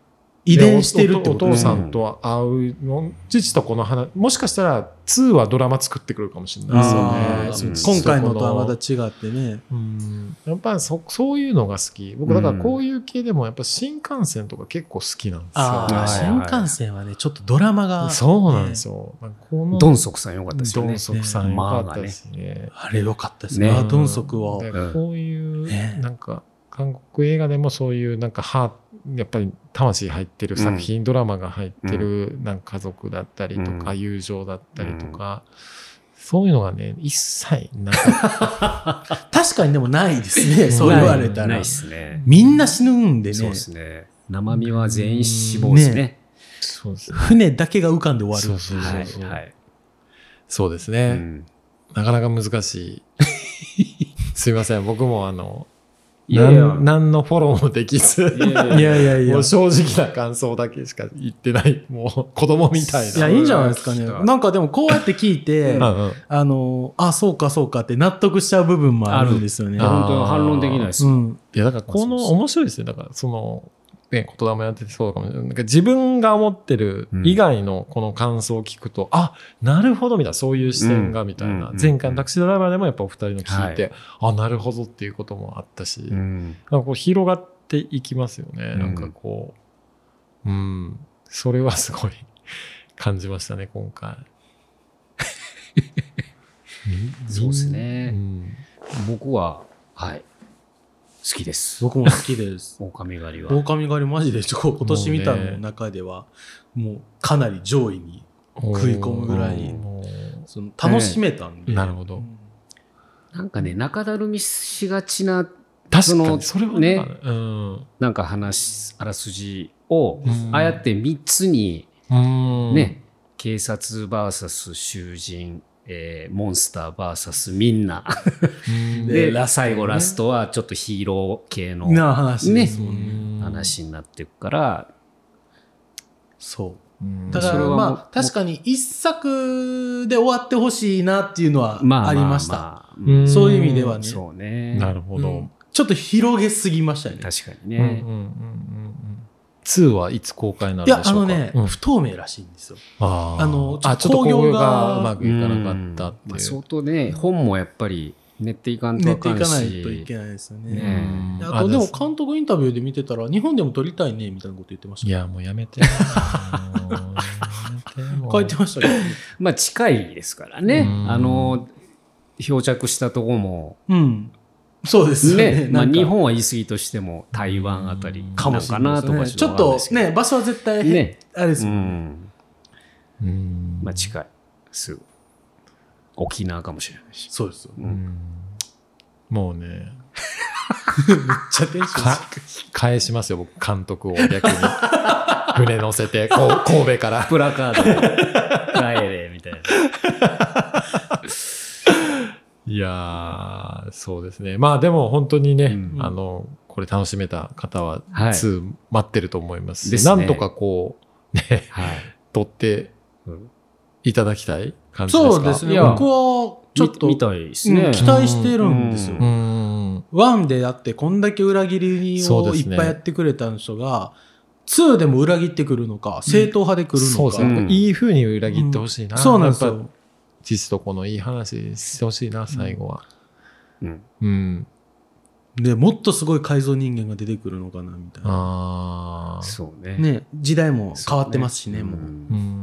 Speaker 4: 遺伝してるって
Speaker 2: お
Speaker 4: こと
Speaker 2: お
Speaker 4: ね
Speaker 2: 父さんとは会うの父とこの話もしかしたら2はドラマ作ってくるかもしれない
Speaker 4: あ
Speaker 2: です
Speaker 4: ー
Speaker 2: よね
Speaker 3: うん
Speaker 2: 父
Speaker 4: 今回の
Speaker 2: こと
Speaker 4: はまた違ってね。
Speaker 2: うんやっぱりそそういうのが好き僕だからこういう系でもやっぱ新幹線とか結構好きなんですよ、
Speaker 4: ああ、
Speaker 3: はいはい
Speaker 4: 新幹線はね、ちょっとドラマが、
Speaker 2: そうなんですよ、なんかこの
Speaker 3: ドンソクさん良かったですよ
Speaker 2: ド
Speaker 3: ね
Speaker 2: ン。ソクさんよかったですね
Speaker 4: あれ良かったです
Speaker 3: ね
Speaker 4: ね。あドンソクは。
Speaker 2: だからこういう、
Speaker 4: ね
Speaker 2: なんか韓国映画でもそういうなんかハーやっぱり魂入ってる作品、ドラマが入ってるなんか家族だったりとか、
Speaker 3: う
Speaker 2: 友情だったりとか、そういうのがね一切なか
Speaker 4: <laughs>
Speaker 2: った
Speaker 4: 確かにでもないですね、そう言われた
Speaker 3: ない
Speaker 4: ら
Speaker 3: で。すね。
Speaker 4: みんな死ぬんで
Speaker 3: そう
Speaker 4: ね
Speaker 3: で、すね。生身は全員死亡ですね。
Speaker 2: そうですね
Speaker 4: 船だけが浮かんで終
Speaker 2: そ
Speaker 4: わ
Speaker 2: う
Speaker 4: る。
Speaker 2: そうそうそう、
Speaker 3: はいはい。
Speaker 2: そうです
Speaker 3: う
Speaker 2: ね、
Speaker 3: ん
Speaker 2: なかなか難
Speaker 3: <laughs>
Speaker 2: しいすいません僕もあの
Speaker 3: いやいや
Speaker 2: なん何のフォローもできず
Speaker 3: いやいや
Speaker 4: いやいやいや。
Speaker 2: もう
Speaker 4: い
Speaker 2: 正直な感想だけしか言ってないもう子供みたいな
Speaker 4: や、いいんじゃないですかね
Speaker 3: そうだ。
Speaker 4: なんかでもこうやって聞いて、
Speaker 2: うんうん
Speaker 4: あの、あ、そうかそうかって納得しちゃう部分もあるんですよね。
Speaker 2: あ
Speaker 3: 本当に反論できないです
Speaker 4: う
Speaker 3: よ。
Speaker 4: ん。
Speaker 2: いや、だから、この、
Speaker 3: そうそう
Speaker 2: 面白いですね。だから、その、ね、言霊もやっててそうかもしれない。なんか自分が思ってる
Speaker 3: うん
Speaker 2: 以外のこの感想を聞くと、あ、なるほど、みたいな、そういう視点が、
Speaker 3: うん
Speaker 2: みたいな。
Speaker 3: うん
Speaker 2: 前回のタクシードライバーでもやっぱお二人の聞いて、
Speaker 3: は
Speaker 2: あ、なるほどっていうこともあったし、
Speaker 3: う
Speaker 2: なん
Speaker 3: ん
Speaker 2: かこう広がっていきますよね。
Speaker 3: うん
Speaker 2: なんかこう、うん、それはすごい感じましたね、今回。
Speaker 3: そうです
Speaker 2: う
Speaker 3: ね。
Speaker 2: ん。
Speaker 3: 僕は、はい。好きです。
Speaker 4: 僕も好きです。
Speaker 3: <laughs> 狼狩りは。
Speaker 4: 狼狩りマジでちょ今年見たの中ではもうかなり上位に食い込むぐらい
Speaker 2: おー
Speaker 4: その楽しめたんで、
Speaker 2: なるほど。
Speaker 3: なんかね、中だるみしがちな、
Speaker 2: 確か
Speaker 3: そ
Speaker 2: に
Speaker 3: の
Speaker 2: それはね
Speaker 3: ね
Speaker 2: うん
Speaker 3: なんか話、あらすじを
Speaker 2: う、ん
Speaker 3: ああやって3つに、
Speaker 2: うん
Speaker 3: ね、警察 VS 囚人、えーモンスター VS みんな。
Speaker 2: うん
Speaker 4: ね
Speaker 3: で、
Speaker 4: ラ
Speaker 3: ラ
Speaker 4: ストね
Speaker 3: 最後ラストはちょっとヒーロー系の
Speaker 4: な話ですもんね
Speaker 2: うん
Speaker 3: 話になっていくから、
Speaker 4: そう
Speaker 2: うん
Speaker 4: だ
Speaker 3: そ
Speaker 4: か
Speaker 3: れ
Speaker 4: ら
Speaker 3: はもう
Speaker 4: まあ確かに一作で終わってほしいなっていうのはありました、
Speaker 3: あ
Speaker 2: う
Speaker 3: うん
Speaker 2: ん
Speaker 4: そういう意味ではね
Speaker 3: そうね。
Speaker 2: なるほど、
Speaker 4: うんちょっと広げすぎましたよね
Speaker 3: 確かに
Speaker 2: うんうんうん
Speaker 3: ね。
Speaker 2: うん2はいつ公開にないるん
Speaker 4: や
Speaker 2: でし
Speaker 4: あ
Speaker 2: ょ
Speaker 4: の
Speaker 2: うか
Speaker 4: ね、
Speaker 2: うん
Speaker 4: 不透明らしいんですよ
Speaker 2: あー
Speaker 4: あのちょっと
Speaker 2: あちょっと興行
Speaker 4: 興行
Speaker 2: が
Speaker 4: が
Speaker 2: うまくいかなかったっ
Speaker 3: うん
Speaker 2: て
Speaker 3: まあ
Speaker 2: いう
Speaker 3: 相当ね、本もやっぱり練っていかんと
Speaker 4: 寝
Speaker 3: あ
Speaker 4: て
Speaker 3: か
Speaker 4: い
Speaker 3: ん
Speaker 4: かな
Speaker 3: し。
Speaker 4: いといけないですよね
Speaker 3: ね
Speaker 2: うん
Speaker 4: あとでも監督インタビューで見てたら日本でも撮りたいねみたいなこと言ってました
Speaker 2: い
Speaker 4: ね
Speaker 2: やもうやめてもうや
Speaker 4: <laughs>
Speaker 2: めてもう
Speaker 4: 書いてましたけど、
Speaker 3: まあ近いですからね
Speaker 2: う。ん
Speaker 3: あの、漂着したとこも、
Speaker 4: うん、そうですよね
Speaker 3: ね、まあ
Speaker 4: なんか
Speaker 3: 日本は言い過ぎとしても台湾あたり
Speaker 4: かもしれない
Speaker 3: な
Speaker 4: で
Speaker 3: ん
Speaker 4: すね
Speaker 3: かなとか
Speaker 4: ちょっとね、場所は絶対、
Speaker 3: ね
Speaker 4: あれです
Speaker 3: う
Speaker 4: もんね、
Speaker 3: ん。
Speaker 2: うん
Speaker 3: まあ近い。すぐ。沖縄かもしれないし。
Speaker 4: そうですよね。
Speaker 2: う
Speaker 4: めっ
Speaker 2: んもうね
Speaker 4: ちゃテンション
Speaker 2: か返しますよ僕監督を逆に <laughs> 船乗せてこう <laughs> 神戸から
Speaker 3: プラカードで帰れみたい
Speaker 4: <laughs>
Speaker 3: な。
Speaker 2: いやー、そうですね。まあでも本当にね、
Speaker 3: うん
Speaker 2: あの、これ楽しめた方は
Speaker 3: はい
Speaker 2: 2待ってると思いますし、
Speaker 3: ですね
Speaker 2: なんとかこう、ね、
Speaker 3: はい。
Speaker 2: 撮って
Speaker 3: うん
Speaker 2: いただきたい感じですか
Speaker 4: そうです
Speaker 2: い
Speaker 4: ね。
Speaker 2: や
Speaker 4: 僕は、ちょっと、
Speaker 3: み見たいですね。
Speaker 4: うん期待してるんですよ
Speaker 2: う。ーん。
Speaker 4: ワンでだって、こんだけ裏切り
Speaker 2: そう
Speaker 4: を
Speaker 2: で
Speaker 4: い
Speaker 2: すね
Speaker 4: っぱいやってくれた人が、ツーでも裏切ってくるのか、正統派で来る
Speaker 2: そ
Speaker 4: の
Speaker 2: うで
Speaker 4: か。
Speaker 2: すね。
Speaker 3: うん
Speaker 2: いい風に裏切ってほしいな。
Speaker 4: そうなんです
Speaker 2: やっぱ
Speaker 4: よ。
Speaker 2: 父とこのいい話してほしいな、最後は。
Speaker 3: うん
Speaker 2: うん。
Speaker 4: で、もっとすごい改造人間が出てくるのかな、みたいな。
Speaker 2: あー。
Speaker 3: そうね。
Speaker 4: ね、時代も変わってますしね、
Speaker 3: そ
Speaker 4: もう。
Speaker 2: うん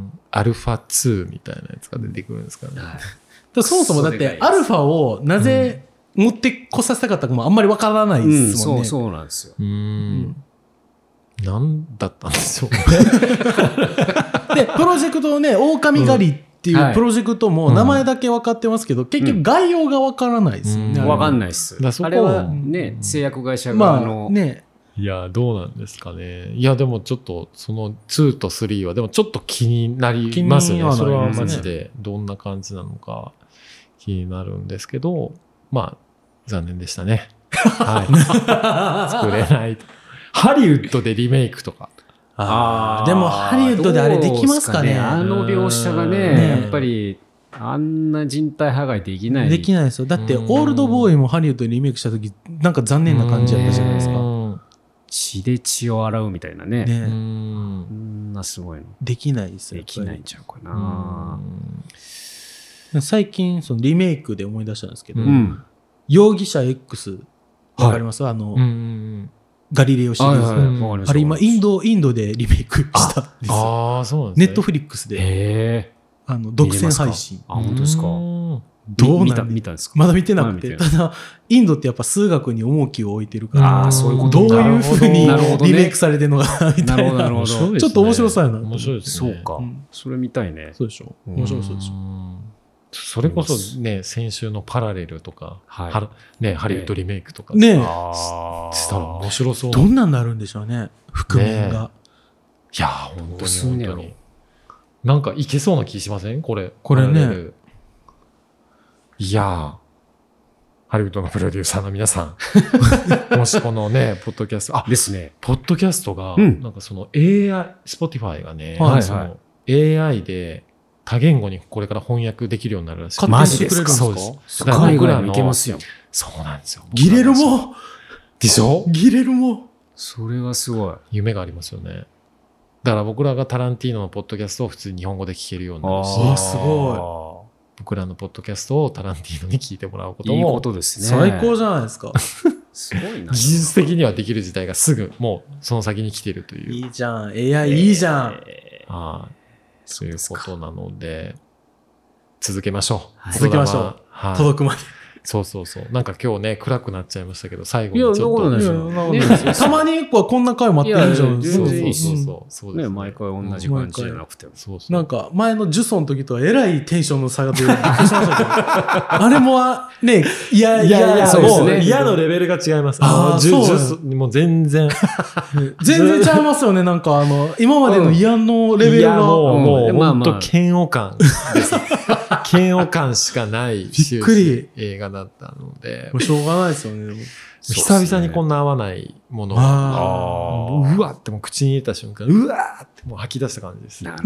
Speaker 2: ん。アルファ2みたいなやつが出てくるんですかね。
Speaker 3: は
Speaker 4: だ
Speaker 3: い
Speaker 4: からそもそもだっ
Speaker 3: クソ
Speaker 4: て
Speaker 3: でかい、です
Speaker 4: アルファをなぜ持ってこさせたかったかもあんまりわからない
Speaker 3: うん、
Speaker 4: ですも
Speaker 3: そ
Speaker 4: ん
Speaker 3: う
Speaker 4: ね。
Speaker 3: そうなんですよ。
Speaker 2: うーん。なんだったんでしょうね。 <laughs>
Speaker 4: で、プロジェクトをね、狼狩りってい
Speaker 3: うんは
Speaker 4: う
Speaker 3: い
Speaker 4: プロジェクトも名前だけ分かってますけど、結局概要が分からないですよね。
Speaker 2: うん
Speaker 4: あれ
Speaker 3: わかんないっす
Speaker 2: だからそこ。は
Speaker 3: あれはね、製薬会社
Speaker 4: ま
Speaker 3: 側
Speaker 4: あ
Speaker 3: の
Speaker 4: ね、
Speaker 2: <laughs> いや、どうなんですかね。いや、でもちょっと、その2と3は、でもちょっと気になります
Speaker 4: 気に
Speaker 2: ね。
Speaker 4: はなりますね
Speaker 2: それはマジで、どんな感じなのか気になるんですけど、まあ、残念でした <laughs> ね。はい。作れない。ハリウッドでリメイクとか。
Speaker 4: あーでもハリウッドであれできますかね
Speaker 3: どうっあの描写がね、
Speaker 4: ね
Speaker 3: やっぱり、あんな人体破壊できない。
Speaker 4: できないですよ。だって、
Speaker 2: う
Speaker 4: オ
Speaker 2: ん
Speaker 4: ールドボーイもハリウッドにリメイクした時なんか残念な感じやったじゃないです
Speaker 2: う
Speaker 4: か。
Speaker 2: ん
Speaker 3: 血で血を洗うみたいなね。
Speaker 2: う
Speaker 4: ね
Speaker 3: こ
Speaker 2: ん。
Speaker 3: んなすごいの。
Speaker 4: できないですよ。
Speaker 3: で
Speaker 4: やっぱ
Speaker 3: き
Speaker 4: り
Speaker 3: ないんちゃうかな。
Speaker 4: 最近、そのリメイクで思い出したんですけど、
Speaker 2: う
Speaker 3: うん。
Speaker 4: 容疑者 X、わかります、あの、
Speaker 2: うん。
Speaker 4: ガリレオシリーズ。
Speaker 2: はいはい
Speaker 3: わかりました
Speaker 4: あれ今、インド、インドでリメイクしたんですよ。
Speaker 2: ああ、そうなんで
Speaker 4: ネ
Speaker 2: すね。
Speaker 4: ットフリックスで、
Speaker 3: へえ。
Speaker 4: あの、独占配信。
Speaker 3: あ、本当ですか。
Speaker 2: うん
Speaker 4: どう
Speaker 3: み見
Speaker 4: な
Speaker 3: た、
Speaker 4: ん
Speaker 3: 見たんですか。
Speaker 4: まだ見てなく
Speaker 3: ま
Speaker 4: て、
Speaker 3: だ
Speaker 4: た
Speaker 3: 見
Speaker 4: だ、インドってやっぱ数学に重きを置いてるか
Speaker 3: あ
Speaker 4: ら
Speaker 3: ー、そういうこと
Speaker 4: どういうふうに
Speaker 2: なるほ
Speaker 3: どね
Speaker 4: リメイクされてるのかな、みた
Speaker 3: なる
Speaker 4: い
Speaker 3: ほど、
Speaker 4: な。
Speaker 3: なるほ
Speaker 2: 面白い
Speaker 3: ど
Speaker 2: で。
Speaker 4: ちょっと面白そうやな。
Speaker 2: 面白いです
Speaker 3: そ
Speaker 2: ね。
Speaker 3: うか
Speaker 4: うん。
Speaker 3: それ見たいね。
Speaker 4: そうでしょ
Speaker 3: うん
Speaker 4: 面白そうでしょ
Speaker 2: うんそれこそね、先週のパラレルとか、
Speaker 3: はい
Speaker 2: ハロね、ハリウッドリメイクとか、
Speaker 4: ねえ
Speaker 3: ああ。
Speaker 2: したら面白そう。
Speaker 4: ど
Speaker 2: い
Speaker 4: んなんなるんでしょうね、覆面が。
Speaker 2: やー、本当
Speaker 3: どう
Speaker 2: に
Speaker 3: すん
Speaker 2: 本
Speaker 3: ねや
Speaker 2: 当
Speaker 3: ろ
Speaker 2: に。なんかいけそうな気しませんこれ。
Speaker 4: これね
Speaker 2: パラレル。いやー、ハリウッドのプロデューサーの皆さん、
Speaker 4: <laughs>
Speaker 2: もしこのね、ポッドキャスト、あ、
Speaker 3: ですね。
Speaker 2: ポッドキャストが、
Speaker 3: うん
Speaker 2: なんかその AI、Spotify がね、
Speaker 4: はいはい
Speaker 2: その AI で多言語にこれから翻訳できるようになるらしい。
Speaker 4: マ
Speaker 3: マ
Speaker 4: ジ
Speaker 3: ジ
Speaker 4: で
Speaker 3: ですす
Speaker 4: か
Speaker 3: か。
Speaker 2: そうです。だから
Speaker 3: 海
Speaker 2: 僕
Speaker 3: 外
Speaker 2: ら
Speaker 3: も
Speaker 2: の
Speaker 3: 行けますよ。
Speaker 2: そうなんですよ。
Speaker 4: ギレル
Speaker 2: 僕らの
Speaker 4: も
Speaker 2: でしょ
Speaker 4: ギレルも
Speaker 3: それはすごい。
Speaker 2: 夢がありますよね。だから僕らがタランティーノのポッドキャストを普通に日本語で聞けるようになるし、
Speaker 4: ーすご
Speaker 2: 僕らのポッドキャストをタランティーノに聞いてもらうこと
Speaker 3: いいこ
Speaker 2: も、
Speaker 3: とですね。
Speaker 4: 最高じゃないですか。
Speaker 3: すごいな。
Speaker 2: 技術的にはできる時代がすぐもうその先に来てるという。
Speaker 4: いいじゃん、AI いいじゃん。
Speaker 3: えー
Speaker 2: はい。と
Speaker 3: そう
Speaker 2: いう
Speaker 3: です
Speaker 2: こ
Speaker 3: か
Speaker 2: となので、続けましょう。
Speaker 3: はい
Speaker 4: 続けましょう
Speaker 2: はい。
Speaker 4: 届くまで。
Speaker 2: そうそうそう。なんか今日ね、暗くなっちゃいましたけど、最後
Speaker 3: い
Speaker 2: に
Speaker 3: や、
Speaker 2: ち
Speaker 3: そんな
Speaker 2: ょ
Speaker 3: ことない
Speaker 2: っ
Speaker 3: です
Speaker 4: い
Speaker 3: よ。
Speaker 4: やな
Speaker 3: ね
Speaker 4: んたまにこうこんな回もあっていいんじゃない
Speaker 2: と。
Speaker 4: で
Speaker 3: い
Speaker 4: す
Speaker 2: そうそうそうう
Speaker 4: か
Speaker 3: や全然いい
Speaker 2: んそう。そうです
Speaker 3: ね、毎回同じ感じじゃなくても。
Speaker 2: そうそう。
Speaker 4: なんか前の呪詛の時とはえらいテンションの差が出てびっくりしましたけどあれもあねいやい
Speaker 2: いや
Speaker 4: や
Speaker 2: いや、
Speaker 4: いや
Speaker 3: そうです
Speaker 2: も
Speaker 4: も
Speaker 2: う
Speaker 4: う
Speaker 3: ね
Speaker 2: 嫌のレベルが違います。
Speaker 4: あー
Speaker 2: のジュ
Speaker 4: そう
Speaker 2: ジュもう全然。
Speaker 4: 全然ちゃいますよねなんかあの今までの嫌のレベ
Speaker 2: い
Speaker 4: ル
Speaker 2: や
Speaker 4: が
Speaker 2: もう、
Speaker 3: うん
Speaker 2: もう、
Speaker 3: まあ
Speaker 2: 本
Speaker 3: まあ
Speaker 2: 当嫌悪感
Speaker 3: <laughs>
Speaker 2: です。嫌悪感しかない
Speaker 4: びっくり
Speaker 2: 映画だったので
Speaker 4: もう、しょうがないですよねでも
Speaker 2: 久々にこん
Speaker 3: な。
Speaker 2: な合わないもの
Speaker 4: あ
Speaker 2: もううわってもう口に入れた瞬間、うわーってもう吐き出した感じです。
Speaker 3: なるほ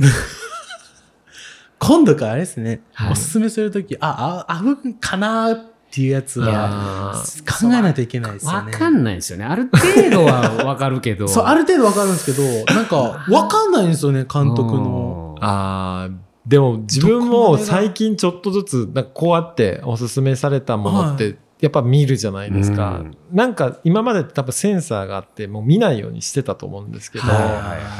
Speaker 4: 今度からあれですね、
Speaker 2: はい
Speaker 4: おすすめする時ああ合うかなっていうやつ
Speaker 2: い
Speaker 4: は
Speaker 2: やー
Speaker 4: 考えないといけないです
Speaker 3: ど
Speaker 4: よ
Speaker 3: わ
Speaker 4: ね
Speaker 3: かんないですよね。ある程度はわかるけど。
Speaker 4: そうある程度わかるんですけどなんかわかんないんですよね監督の
Speaker 3: うん。
Speaker 2: あーでも自分も最近ちょっとずつなんかこうやっておすすめされたものっ
Speaker 4: は
Speaker 2: てやっぱ見るじゃないですか、
Speaker 3: うん
Speaker 2: なんか今までって多分センサーがあってもう見ないようにしてたと思うんですけど、
Speaker 3: はい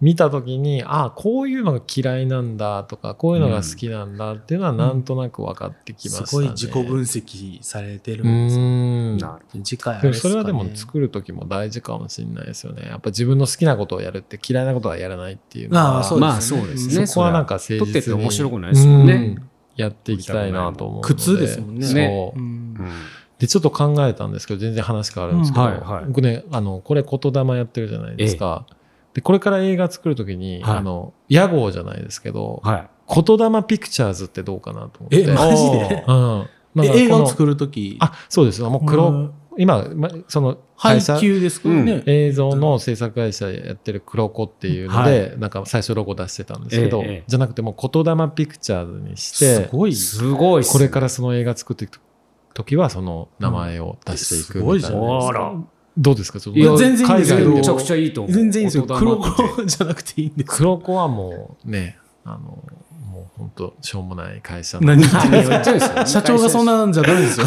Speaker 2: 見た時にああこういうのが嫌いなんだとかこういうのが好きなんだっていうのはなんとなく分かってきましたね、
Speaker 4: すごい自己分析されてる
Speaker 2: うん
Speaker 4: ですよ
Speaker 2: ん
Speaker 3: なる
Speaker 4: 次回あ
Speaker 2: で
Speaker 4: れ
Speaker 2: も
Speaker 4: っすか
Speaker 2: それ
Speaker 4: ね
Speaker 2: はでも作る時も大事かもしれないですよねやっぱ自分の好きなことをやるって嫌いなことはやらないっていうのは
Speaker 4: ああそうですね
Speaker 3: まあそうですね。
Speaker 2: そこはなんか誠実に
Speaker 3: 撮ってて面白くないですもんね
Speaker 2: うんやっていきたいなと思うので
Speaker 4: 苦痛ですもんね
Speaker 2: そう
Speaker 4: うん
Speaker 3: うん
Speaker 2: でちょっと考えたんですけど全然話変わるんですけど、
Speaker 3: うんはいはい
Speaker 2: 僕ねあのこれ言霊やってるじゃないですか、でこれから映画作る時に、
Speaker 3: はい
Speaker 2: あの屋号じゃないですけど、
Speaker 3: はい。
Speaker 2: 言霊ピクチャーズってどうかなと思って
Speaker 4: えマジで
Speaker 2: うんなん
Speaker 4: え
Speaker 2: か
Speaker 4: 映画
Speaker 2: こ
Speaker 4: を
Speaker 2: の
Speaker 4: 作るとき、
Speaker 2: あそうですもう黒、
Speaker 4: うん
Speaker 2: 今まその
Speaker 4: 配
Speaker 2: 会社
Speaker 4: 給ですか
Speaker 3: うん
Speaker 4: ね。
Speaker 2: 映像の制作会社やってる黒子っていうので、なんか最初ロゴ出してたんですけど、
Speaker 3: ええええ
Speaker 2: じゃなくてもう言霊ピクチャーズにして
Speaker 4: すごい。
Speaker 3: すごいっす
Speaker 2: こ
Speaker 3: ね
Speaker 2: れからその映画作っていく時はその名前を出していくみたいな、
Speaker 4: うんすご
Speaker 3: あら。
Speaker 2: どうですかちょっと
Speaker 3: いや
Speaker 4: 全然いいんですけど
Speaker 2: 海
Speaker 3: めちゃ
Speaker 2: 外で
Speaker 3: く
Speaker 2: も
Speaker 3: ちゃいいと思う。
Speaker 4: 全然いいんですよ。
Speaker 3: 大
Speaker 4: 黒
Speaker 3: 人って
Speaker 4: 子じゃなくていいんです。
Speaker 2: 黒子はもうねあのもう本当しょうもない会社の
Speaker 4: <laughs> 何言ってん
Speaker 3: 何を
Speaker 4: の
Speaker 3: 言ってるんですか
Speaker 4: 社長がそん。なんじゃダメです <laughs> よ。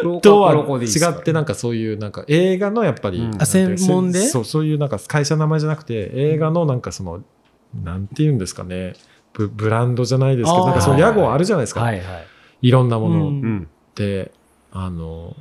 Speaker 3: 黒子
Speaker 2: とは
Speaker 3: 黒子でいいですから
Speaker 2: 違ってなんかそういうなんか映画のやっぱり、
Speaker 3: うん
Speaker 2: なんて
Speaker 3: あ
Speaker 2: いう
Speaker 4: 専門で
Speaker 2: そうそういうなんか会社の名前じゃなくて映画のなんかそのなんていうんですかねブブランドじゃないですけ
Speaker 4: あー
Speaker 2: どなんかその屋号あるじゃないですか、い
Speaker 3: はいはい。
Speaker 2: ろんなもの
Speaker 4: うん
Speaker 3: うん。
Speaker 2: で、あの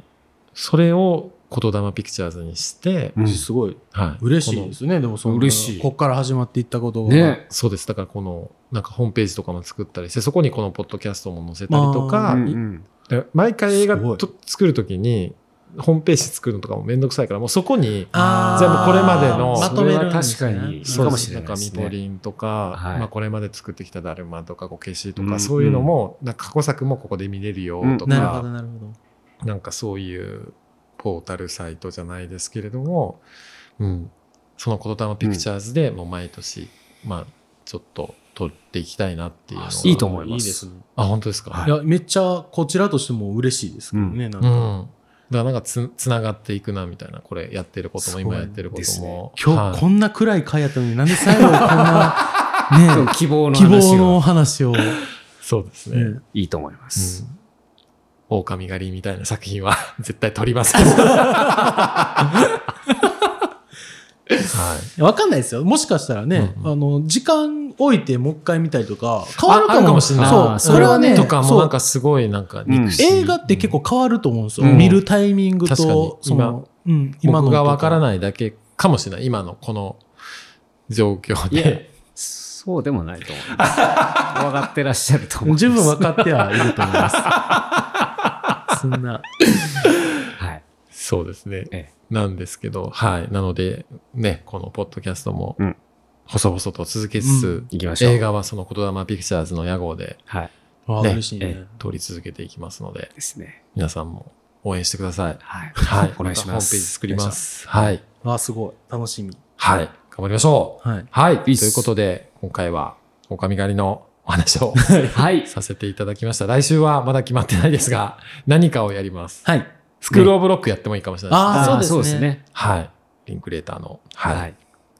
Speaker 2: それを言霊ピクチャーズにして、
Speaker 3: うん
Speaker 4: すごい。
Speaker 2: はい、
Speaker 4: 嬉しい
Speaker 2: こ
Speaker 4: で
Speaker 2: の
Speaker 4: すね。でもそんな
Speaker 3: 嬉しい
Speaker 4: こっから始まっていったことが。
Speaker 3: ね。
Speaker 2: そうですだからこのなんかホームページとかも作ったりしてそこにこのポッドキャストも載せたりとか、
Speaker 3: う
Speaker 2: い
Speaker 3: んうん
Speaker 2: で毎回映画
Speaker 4: すごい
Speaker 2: と作る時にホームページ作るのとかもめんどくさいから、もうそこに、
Speaker 4: あー
Speaker 2: 全部これまでの
Speaker 4: まとめるんです
Speaker 3: 確か
Speaker 4: ね
Speaker 3: にいい
Speaker 2: そう
Speaker 3: かもしれないで
Speaker 2: んか
Speaker 3: す
Speaker 2: ミポ
Speaker 3: ね。
Speaker 2: リンとか、
Speaker 3: はい
Speaker 2: まあこれまで作ってきただるまとかこけしと
Speaker 3: うん
Speaker 2: か、そういうのも、なんか過去作もここで見れるよと
Speaker 3: うん
Speaker 4: なるほ
Speaker 2: か
Speaker 4: ど、、なるほど。
Speaker 2: なんかそういうポータルサイトじゃないですけれども、うん、その言霊ピクチャーズでもう毎年、まあちょっと撮っていきたいなっていうのが
Speaker 3: あいいと思います
Speaker 2: ですねあ、本当ですか。
Speaker 3: はい
Speaker 4: いや、めっちゃこちらとしても嬉しいですけどね、なん
Speaker 2: う
Speaker 4: か。
Speaker 2: ん。だからなんかつつながっていくなみたいな、これやってることも今やってるこ
Speaker 3: す
Speaker 2: と
Speaker 3: ごい
Speaker 2: も。
Speaker 4: 今
Speaker 2: はい
Speaker 4: 日こんな暗い回やったのになんで最後こんな、
Speaker 3: そう
Speaker 4: ね、
Speaker 3: 希望の
Speaker 4: 希
Speaker 3: 話
Speaker 4: 望の
Speaker 3: を
Speaker 4: 話を。
Speaker 2: そうですね。
Speaker 4: ね
Speaker 3: いいと思います。
Speaker 2: うん狼狩りみたいな作品は <laughs> 絶対撮りません。はい。
Speaker 4: わかんないですよ。もしかしたらね、
Speaker 2: うん
Speaker 4: あの、時間置いてもう一回見たりとか、変わる
Speaker 2: ああ
Speaker 4: か
Speaker 2: るか
Speaker 4: も
Speaker 2: もしれない
Speaker 4: そう、
Speaker 3: そ
Speaker 4: そ
Speaker 3: れ
Speaker 4: れ
Speaker 3: は
Speaker 4: は
Speaker 3: ね
Speaker 4: ね、
Speaker 2: とかもなん
Speaker 4: そう
Speaker 2: かすごいなんか
Speaker 3: うん
Speaker 2: 憎しみ
Speaker 4: 映画って結構変わると思うんですよ。
Speaker 3: うん
Speaker 4: 見るタイミングと、
Speaker 2: 確かに
Speaker 4: その、うん、
Speaker 2: 僕がわから
Speaker 4: い。
Speaker 2: ないだけかもしれない。今のこの状況
Speaker 3: いや
Speaker 2: で。、
Speaker 3: そうでもないと思います。分かってらっしゃると思います。
Speaker 4: 十分分かってはいると思い
Speaker 2: <laughs>
Speaker 4: ます。そんな。
Speaker 3: はい。
Speaker 2: そうですね。
Speaker 3: え
Speaker 2: なんですけど、はい。なので、ね、このポッドキャストも
Speaker 3: うん、
Speaker 2: 細々と続けつつ
Speaker 3: え、行きましょう。
Speaker 2: 映。画はその言霊ピクチャーズの屋号で
Speaker 3: はい。
Speaker 4: あ
Speaker 2: ね
Speaker 4: 嬉しいね。
Speaker 2: 撮り続けていきますので、
Speaker 3: ですね。
Speaker 2: 皆さんも応援してください。
Speaker 3: はい。
Speaker 2: はい。
Speaker 3: お願いし
Speaker 2: たホ
Speaker 3: ま
Speaker 2: ーム
Speaker 3: す。
Speaker 2: ページ作ります。はい。
Speaker 4: あ、すごい。楽しみ。
Speaker 2: はい。頑張りましょう。
Speaker 4: はい。
Speaker 2: はい。と
Speaker 3: いっす
Speaker 2: いうことで、今回は、狼狩りのお話を
Speaker 3: お願いします。はい。
Speaker 2: させていただきました。来週はまだ決まってないですが、何かをやります。
Speaker 4: はい。
Speaker 2: スクールオブロックやってもいいかもしれないです。
Speaker 4: あ
Speaker 3: ー
Speaker 4: ーそうですね
Speaker 3: ね。
Speaker 2: はい。リンクレーターの、
Speaker 3: は
Speaker 2: はいい。。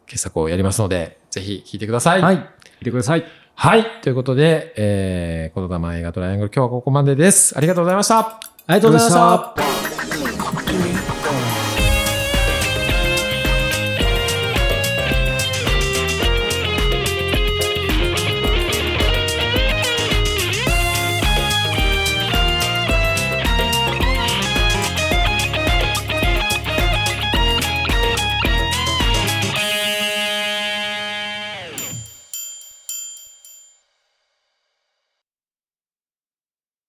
Speaker 2: 傑作をやりますので、ぜひ聞いてください。
Speaker 4: はい。
Speaker 3: 見てください。
Speaker 2: はい。ということで、えー、言霊映画トライアングル、今日はここまでです。ありがとうございました。
Speaker 4: ありがとうございました。
Speaker 1: 「